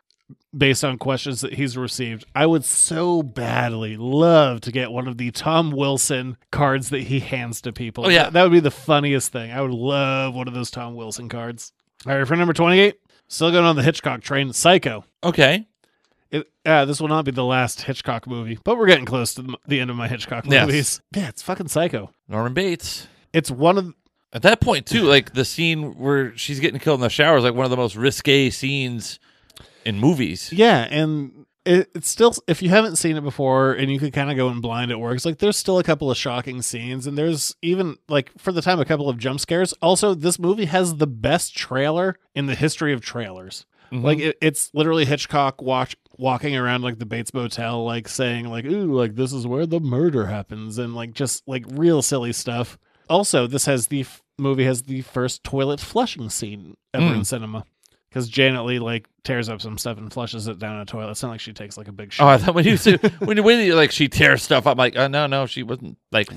E: based on questions that he's received. I would so badly love to get one of the Tom Wilson cards that he hands to people.
F: Oh, yeah.
E: that, that would be the funniest thing. I would love one of those Tom Wilson cards. All right, for number twenty-eight, still going on the Hitchcock train. Psycho.
F: Okay.
E: It, uh, this will not be the last Hitchcock movie, but we're getting close to the- the end of my Hitchcock
F: Yes.
E: movies. Yeah, it's fucking Psycho.
F: Norman Bates.
E: It's one of
F: At that point, too, like the scene where she's getting killed in the shower is like one of the most risque scenes in movies.
E: Yeah, and it, it's still if you haven't seen it before and you can kind of go in blind, it works. Like there's still a couple of shocking scenes, and there's even like for the time a couple of jump scares. Also, this movie has the best trailer in the history of trailers. Like it, it's literally Hitchcock watch walking around like the Bates Motel, like saying like "Ooh, like this is where the murder happens," and like just like real silly stuff. Also, this has the f- movie has the first toilet flushing scene ever in cinema because Janet Lee like tears up some stuff and flushes it down a toilet. It's not like she takes like a big shit.
F: Oh, I thought when you said, when you when you, like she tears stuff up, I'm like, oh no, no, she wasn't like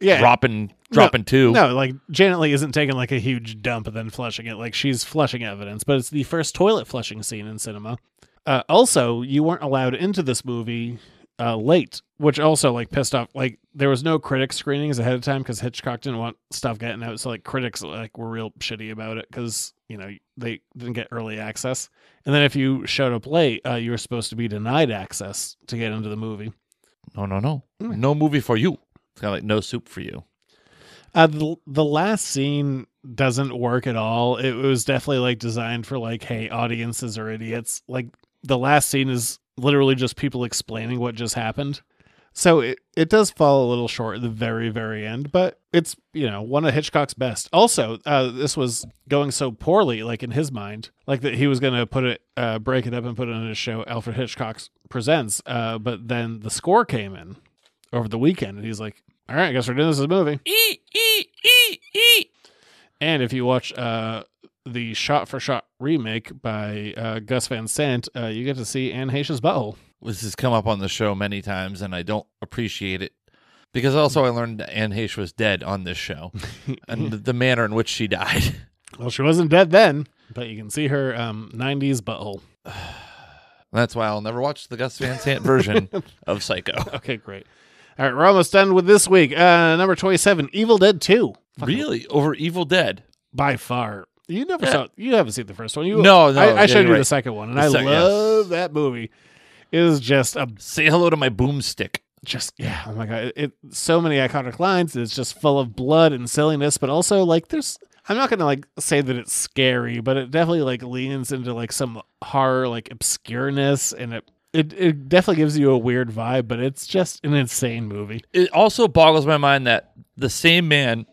E: Yeah.
F: dropping
E: No,
F: dropping two.
E: No, like Janet Lee isn't taking like a huge dump and then flushing it. Like she's flushing evidence, but it's the first toilet flushing scene in cinema. Uh, also, you weren't allowed into this movie uh, late, which also like pissed off. Like there was no critic screenings ahead of time because Hitchcock didn't want stuff getting out. So like critics like were real shitty about it because you know they didn't get early access. And then if you showed up late, uh, you were supposed to be denied access to get into the movie.
F: No, no, no. No movie for you. Mm. It's kind of like no soup for you.
E: Uh, the, the last scene doesn't work at all. It was definitely like designed for like, hey, audiences are idiots. Like the last scene is literally just people explaining what just happened. So it, it does fall a little short at the very, very end, but it's, you know, one of Hitchcock's best. Also, uh, this was going so poorly, like in his mind, like that he was going to put it, uh, break it up and put it on his show, Alfred Hitchcock Presents. Uh, but then the score came in over the weekend, and he's like, all right, I guess we're doing this as a movie. And if you watch uh, the shot for shot remake by uh, Gus Van Sant, uh, you get to see Anne Heche's butthole.
F: This has come up on the show many times, and I don't appreciate it because also I learned that Anne Heche was dead on this show and the manner in which she died.
E: Well, she wasn't dead then, but you can see her um, 90s butthole.
F: That's why I'll never watch the Gus Van Sant version of Psycho.
E: Okay, great. All right, we're almost done with this week. Uh, number 27, Evil Dead 2.
F: Fucking really? Over Evil Dead?
E: By far. You never saw. You haven't seen the first one. You
F: Eh. No, no,
E: I, I
F: yeah,
E: showed
F: you're
E: you the
F: right.
E: second one, and
F: The
E: I
F: sec- yes.
E: love that movie. It is just a
F: say hello to my boomstick.
E: Just yeah, oh my god! It, it- so many iconic lines. It's just full of blood and silliness, but also like there's. I'm not gonna like say that it's scary, but it definitely like leans into like some horror, like obscureness, and it it, it definitely gives you a weird vibe. But it's just an insane movie.
F: It also boggles my mind that the same man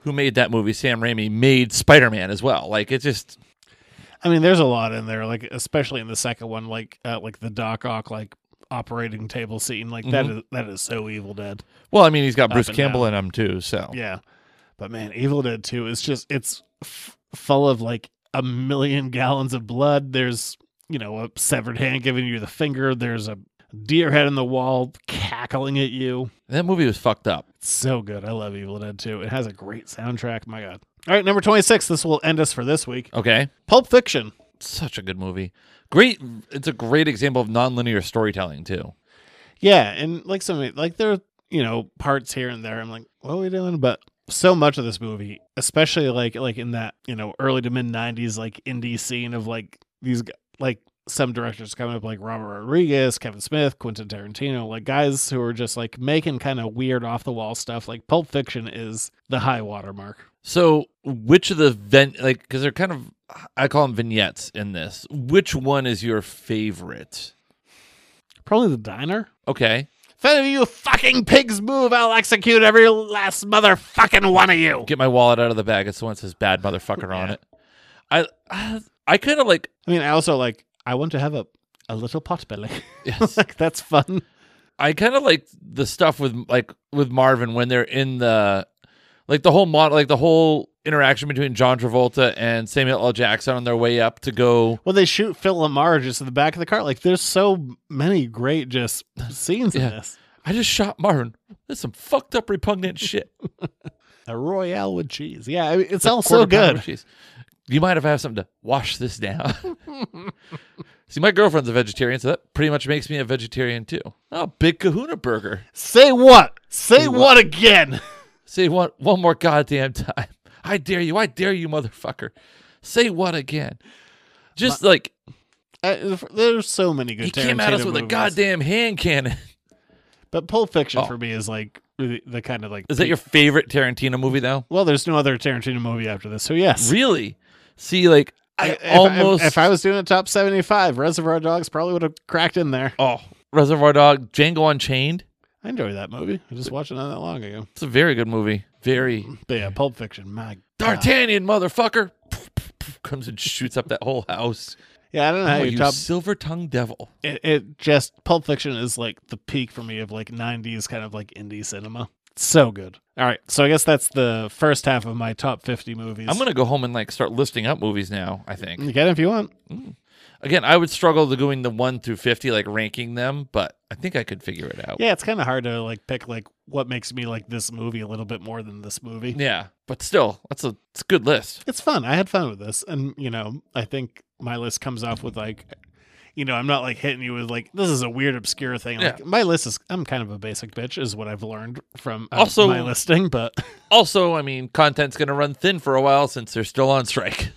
F: who made that movie, Sam Raimi, made Spider Man as well. Like, it's just.
E: I mean, there's a lot in there, like especially in the second one, like uh, like the Doc Ock like operating table scene, like that
F: Mhm.
E: is that is so Evil Dead.
F: Well, I mean, he's got
E: Up
F: Bruce
E: and
F: Campbell
E: down.
F: in him, too, so.
E: Yeah, but man, Evil Dead Two is just it's f- full of like a million gallons of blood. There's you know a severed hand giving you the finger. There's a deer head in the wall cackling at you.
F: That movie was fucked up.
E: So good. I love Evil Dead Two. It has a great soundtrack. My God. All right, number twenty six. This will end us for this week.
F: Okay.
E: Pulp Fiction.
F: Such a good movie. Great. It's a great example of nonlinear storytelling, too.
E: Yeah, and like some like there are, you know, parts here and there. I'm like, what are we doing? But so much of this movie, especially like like in that, you know, early to mid nineties like indie scene of like these g- like some directors coming up like Robert Rodriguez, Kevin Smith, Quentin Tarantino, like guys who are just like making kind of weird off the wall stuff. Like Pulp Fiction is the high watermark.
F: So, which of the vent like because they're kind of I call them vignettes in this. Which one is your favorite?
E: Probably the diner.
F: Okay,
E: If any of you fucking pigs move, I'll execute every last motherfucking one of you.
F: get my wallet out of the bag. It's the one that says "bad motherfucker" on it. I I, I kind of like
E: I mean, I also like I want to have a a little potbelly. like that's fun.
F: I kind of like the stuff with like with Marvin when they're in the like the whole mod like the whole interaction between John Travolta and Samuel L. Jackson on their way up to go.
E: Well, they shoot Phil Lamar just in the back of the car. Like there's so many great just scenes in this.
F: I just shot Marvin. That's some fucked up repugnant shit.
E: A royale with cheese. Yeah, I mean, it's
F: A
E: all so
F: quarter pounder
E: good.
F: with cheese. You might have had something to wash this down. See, my girlfriend's a vegetarian, so that pretty much makes me a vegetarian too. Oh, big Kahuna burger.
E: Say what? Say
F: Say
E: what?
F: what?
E: again?
F: Say what one more goddamn time. I dare you. I dare you, motherfucker. Say what again? Just like
E: I, Uh, there's so many good.
F: he came at us
E: Tarantino
F: with a
E: movies.
F: goddamn hand cannon.
E: But Pulp Fiction
F: Oh.
E: for me is like the, the kind of like.
F: Is that your favorite Tarantino movie though?
E: Well, there's no other Tarantino movie after this. So yes,
F: Really? See, like I,
E: If- if-
F: almost
E: If, I was doing a top seventy-five, Reservoir Dogs probably would have cracked in there.
F: Oh, Reservoir Dog, Django Unchained.
E: I enjoy that movie. I just watched it not that long ago.
F: It's a very good movie. Very
E: But yeah, Pulp Fiction. My God.
F: D'Artagnan, motherfucker, comes and shoots up that whole house.
E: Yeah, I don't know how
F: Oh,
E: you,
F: you
E: top.
F: silver tongued devil.
E: It, it just Pulp Fiction is like the peak for me of like '90s kind of like indie cinema. So good. All right, so I guess that's the first half of my top 50 movies.
F: I'm gonna go home and like start listing up movies now. I
E: you
F: think
E: get it if you want.
F: again, I would struggle to doing the one through fifty, like ranking them, but I think I could figure it out.
E: Yeah, it's kind of hard to like pick like what makes me like this movie a little bit more than this movie.
F: Yeah, but still, that's a it's a good list.
E: It's fun. I had fun with this, and you know, I think my list comes off with like. You know, I'm not like hitting you with like this is a weird obscure thing. Like
F: Yeah.
E: my list is, I'm kind of a basic bitch, is what I've learned from uh,
F: Also-
E: my listing. But
F: Also, I mean, content's gonna run thin for a while since they're still on strike.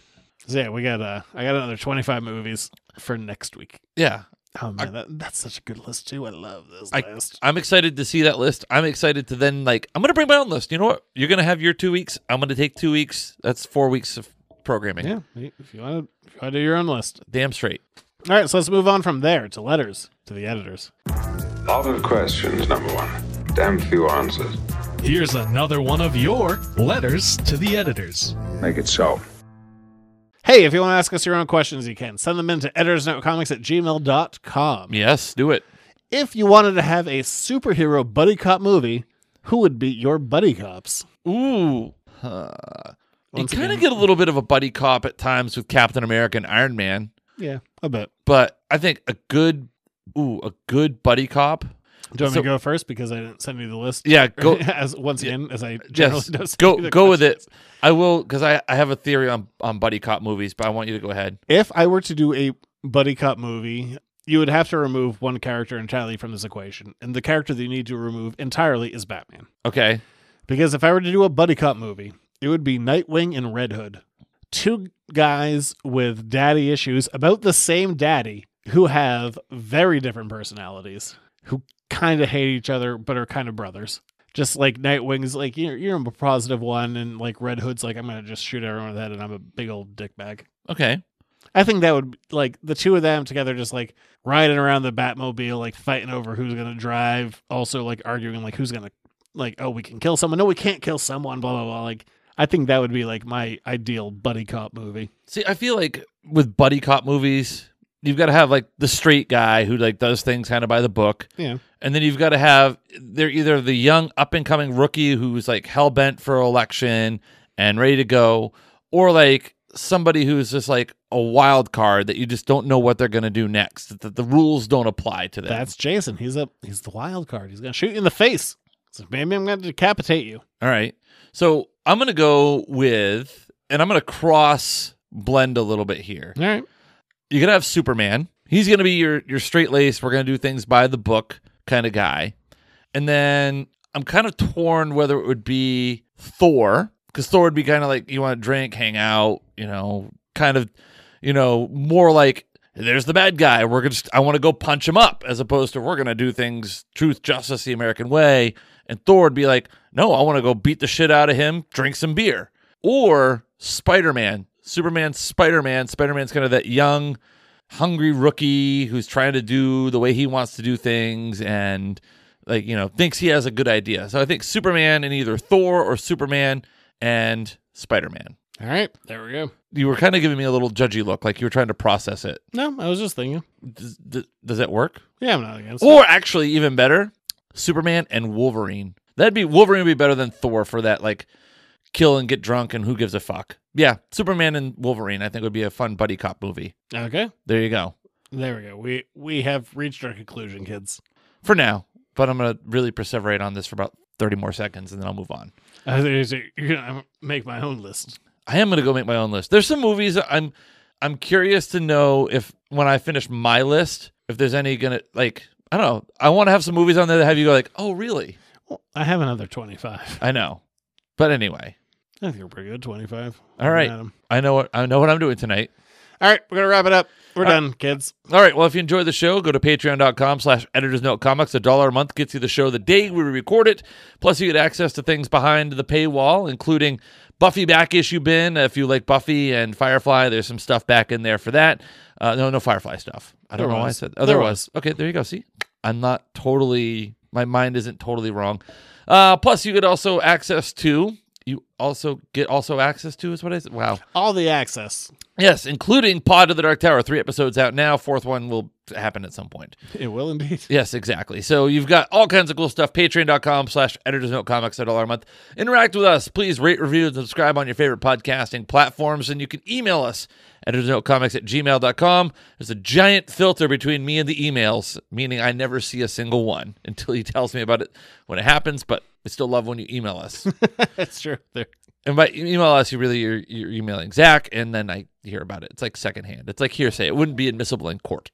E: So yeah, we got uh, I got another twenty five movies for next week.
F: Yeah,
E: Oh man, that, that's such a good list too. I love this
F: I,
E: list.
F: I'm excited to see that list. I'm excited to then like I'm gonna bring my own list. You know what? You're gonna have your two weeks. I'm gonna take two weeks. That's four weeks of programming.
E: Yeah, if you want to, if you want to do your own list.
F: Damn straight.
E: All right, so let's move on from there to letters to the editors.
N: Lot of questions, number one. Damn few answers.
J: Here's another one of your letters to the editors.
N: Make it so.
E: Hey, if you want to ask us your own questions, you can. Send them in to editorsnotecomics at gmail.com.
F: Yes, do it.
E: If you wanted to have a superhero buddy cop movie, who would be your buddy cops?
F: Ooh. Huh. You
E: Once
F: kind of
E: again.
F: get a little bit of a buddy cop at times with Captain America and Iron Man,
E: Yeah, I bet.
F: but I think a good, ooh, a good buddy cop.
E: Do you want
F: So-
E: me to go first because I didn't send you the list?
F: Yeah, go-
E: as once again as I generally
F: Yes,
E: do. send
F: go
E: you the
F: go with
E: questions.
F: it. I will because I, I have a theory on on buddy cop movies, but I want you to go ahead.
E: If I were to do a buddy cop movie, you would have to remove one character entirely from this equation, and the character that you need to remove entirely is Batman.
F: Okay,
E: Because if I were to do a buddy cop movie, it would be Nightwing and Red Hood. Two guys with daddy issues about the same daddy who have very different personalities, who kind of hate each other but are kind of brothers. Just like Nightwing's like, you're, you're a positive one, and like Red Hood's like, I'm going to just shoot everyone with that, and I'm a big old dickbag.
F: okay,
E: I think that would like the two of them together, just like riding around the Batmobile, like fighting over who's gonna drive. Also, like arguing like who's gonna like oh we can kill someone, no we can't kill someone, blah blah blah. Like I think that would be like my ideal buddy cop movie.
F: See, I feel like with buddy cop movies, you've got to have like the straight guy who like does things kind of by the book.
E: Yeah.
F: And then you've got to have they're either the young up and coming rookie who's like hell bent for election and ready to go, or like somebody who's just like a wild card that you just don't know what they're gonna do next. That the, the rules don't apply to them.
E: That's Jason. He's a he's the wild card. He's gonna shoot you in the face. So maybe I'm gonna decapitate you.
F: All right. So I'm gonna go with and I'm gonna cross blend a little bit here.
E: All right.
F: you're gonna have Superman. He's gonna be your your straight lace. We're gonna do things by the book kind of guy. And then I'm kind of torn whether it would be Thor because Thor would be kind of like you want to drink, hang out, you know, kind of, you know, more like there's the bad guy. We're gonna just, I want to go punch him up as opposed to we're gonna do things truth, justice, the American way. And Thor would be like, no, I want to go beat the shit out of him, drink some beer or Spider Man. Superman, Spider Man. Spider Man's kind of that young, hungry rookie who's trying to do the way he wants to do things and, like, you know, thinks he has a good idea. So I think Superman and either Thor or Superman and Spider Man.
E: All right. There we go.
F: You were kind of giving me a little judgy look, like you were trying to process it.
E: No, I was just thinking.
F: Does, does, does that work?
E: Yeah, I'm not against.
F: Or
E: it.
F: actually, even better, Superman and Wolverine. That'd be Wolverine would be better than Thor for that like kill and get drunk and who gives a fuck. Yeah, Superman and Wolverine I think would be a fun buddy cop movie.
E: okay.
F: There you go.
E: There we go. We we have reached our conclusion, kids.
F: For now, but I'm gonna really perseverate on this for about 30 more seconds and then I'll move on.
E: Uh, there's a- you're gonna make my own list.
F: I am gonna go make my own list. There's some movies that I'm I'm curious to know if when I finish my list, if there's any gonna like I don't know. I want to have some movies on there that have you go like, oh really?
E: Well, I have another twenty five.
F: I know. But anyway,
E: I think you're pretty good. Twenty five.
F: all right. I know what I know what I'm doing tonight.
E: All right, we're gonna wrap it up. We're
F: All right.
E: done, kids.
F: All right. Well, if you enjoyed the show, go to patreon.com slash editors note comics. A dollar a month gets you the show the day we record it. Plus, you get access to things behind the paywall, including Buffy back issue bin. If you like Buffy and Firefly, there's some stuff back in there for that. Uh, no, no Firefly stuff. I don't
E: There
F: know why I
E: was.
F: said Oh,
E: There
F: there, was. Okay, there you go. See, I'm not totally, my mind isn't totally wrong. Uh, plus, you get also access to, you also get also access to is what I said. Wow.
E: All the access.
F: Yes, including Pod of the Dark Tower. Three episodes out now. Fourth one will happen at some point.
E: It will indeed.
F: Yes, exactly. So you've got all kinds of cool stuff. Patreon.com slash editors note comics at dollar a month. Interact with us. Please rate, review, and subscribe on your favorite podcasting platforms. And you can email us editors note comics at gmail.com. There's a giant filter between me and the emails, meaning I never see a single one until he tells me about it when it happens, but I still love when you email us.
E: That's true. There.
F: and by email us, you really you're, you're emailing Zach, and then I hear about it. It's like secondhand. It's like hearsay. It wouldn't be admissible in court.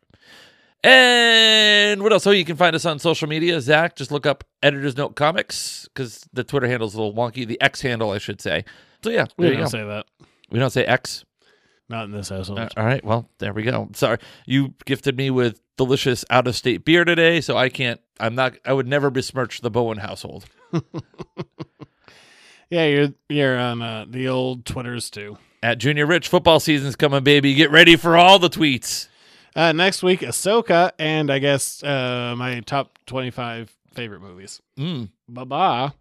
F: And what else? Oh, you can find us on social media. Zach, just look up Editor's Note Comics because the Twitter handle's a little wonky. The X handle, I should say. So yeah,
E: We
F: there you
E: don't
F: go.
E: say that.
F: we don't say X.
E: Not in this household.
F: Uh, all right. Well, there we go. Sorry. You gifted me with delicious out of state beer today, so I can't, I'm not, I would never besmirch the Bowen household.
E: yeah, you're you're on uh, the old Twitters too.
F: At Junior Rich, football season's coming, baby. Get ready for all the tweets.
E: Uh, next week, Ahsoka, and I guess uh, my top 25 favorite movies.
F: Mm.
E: Bye bye.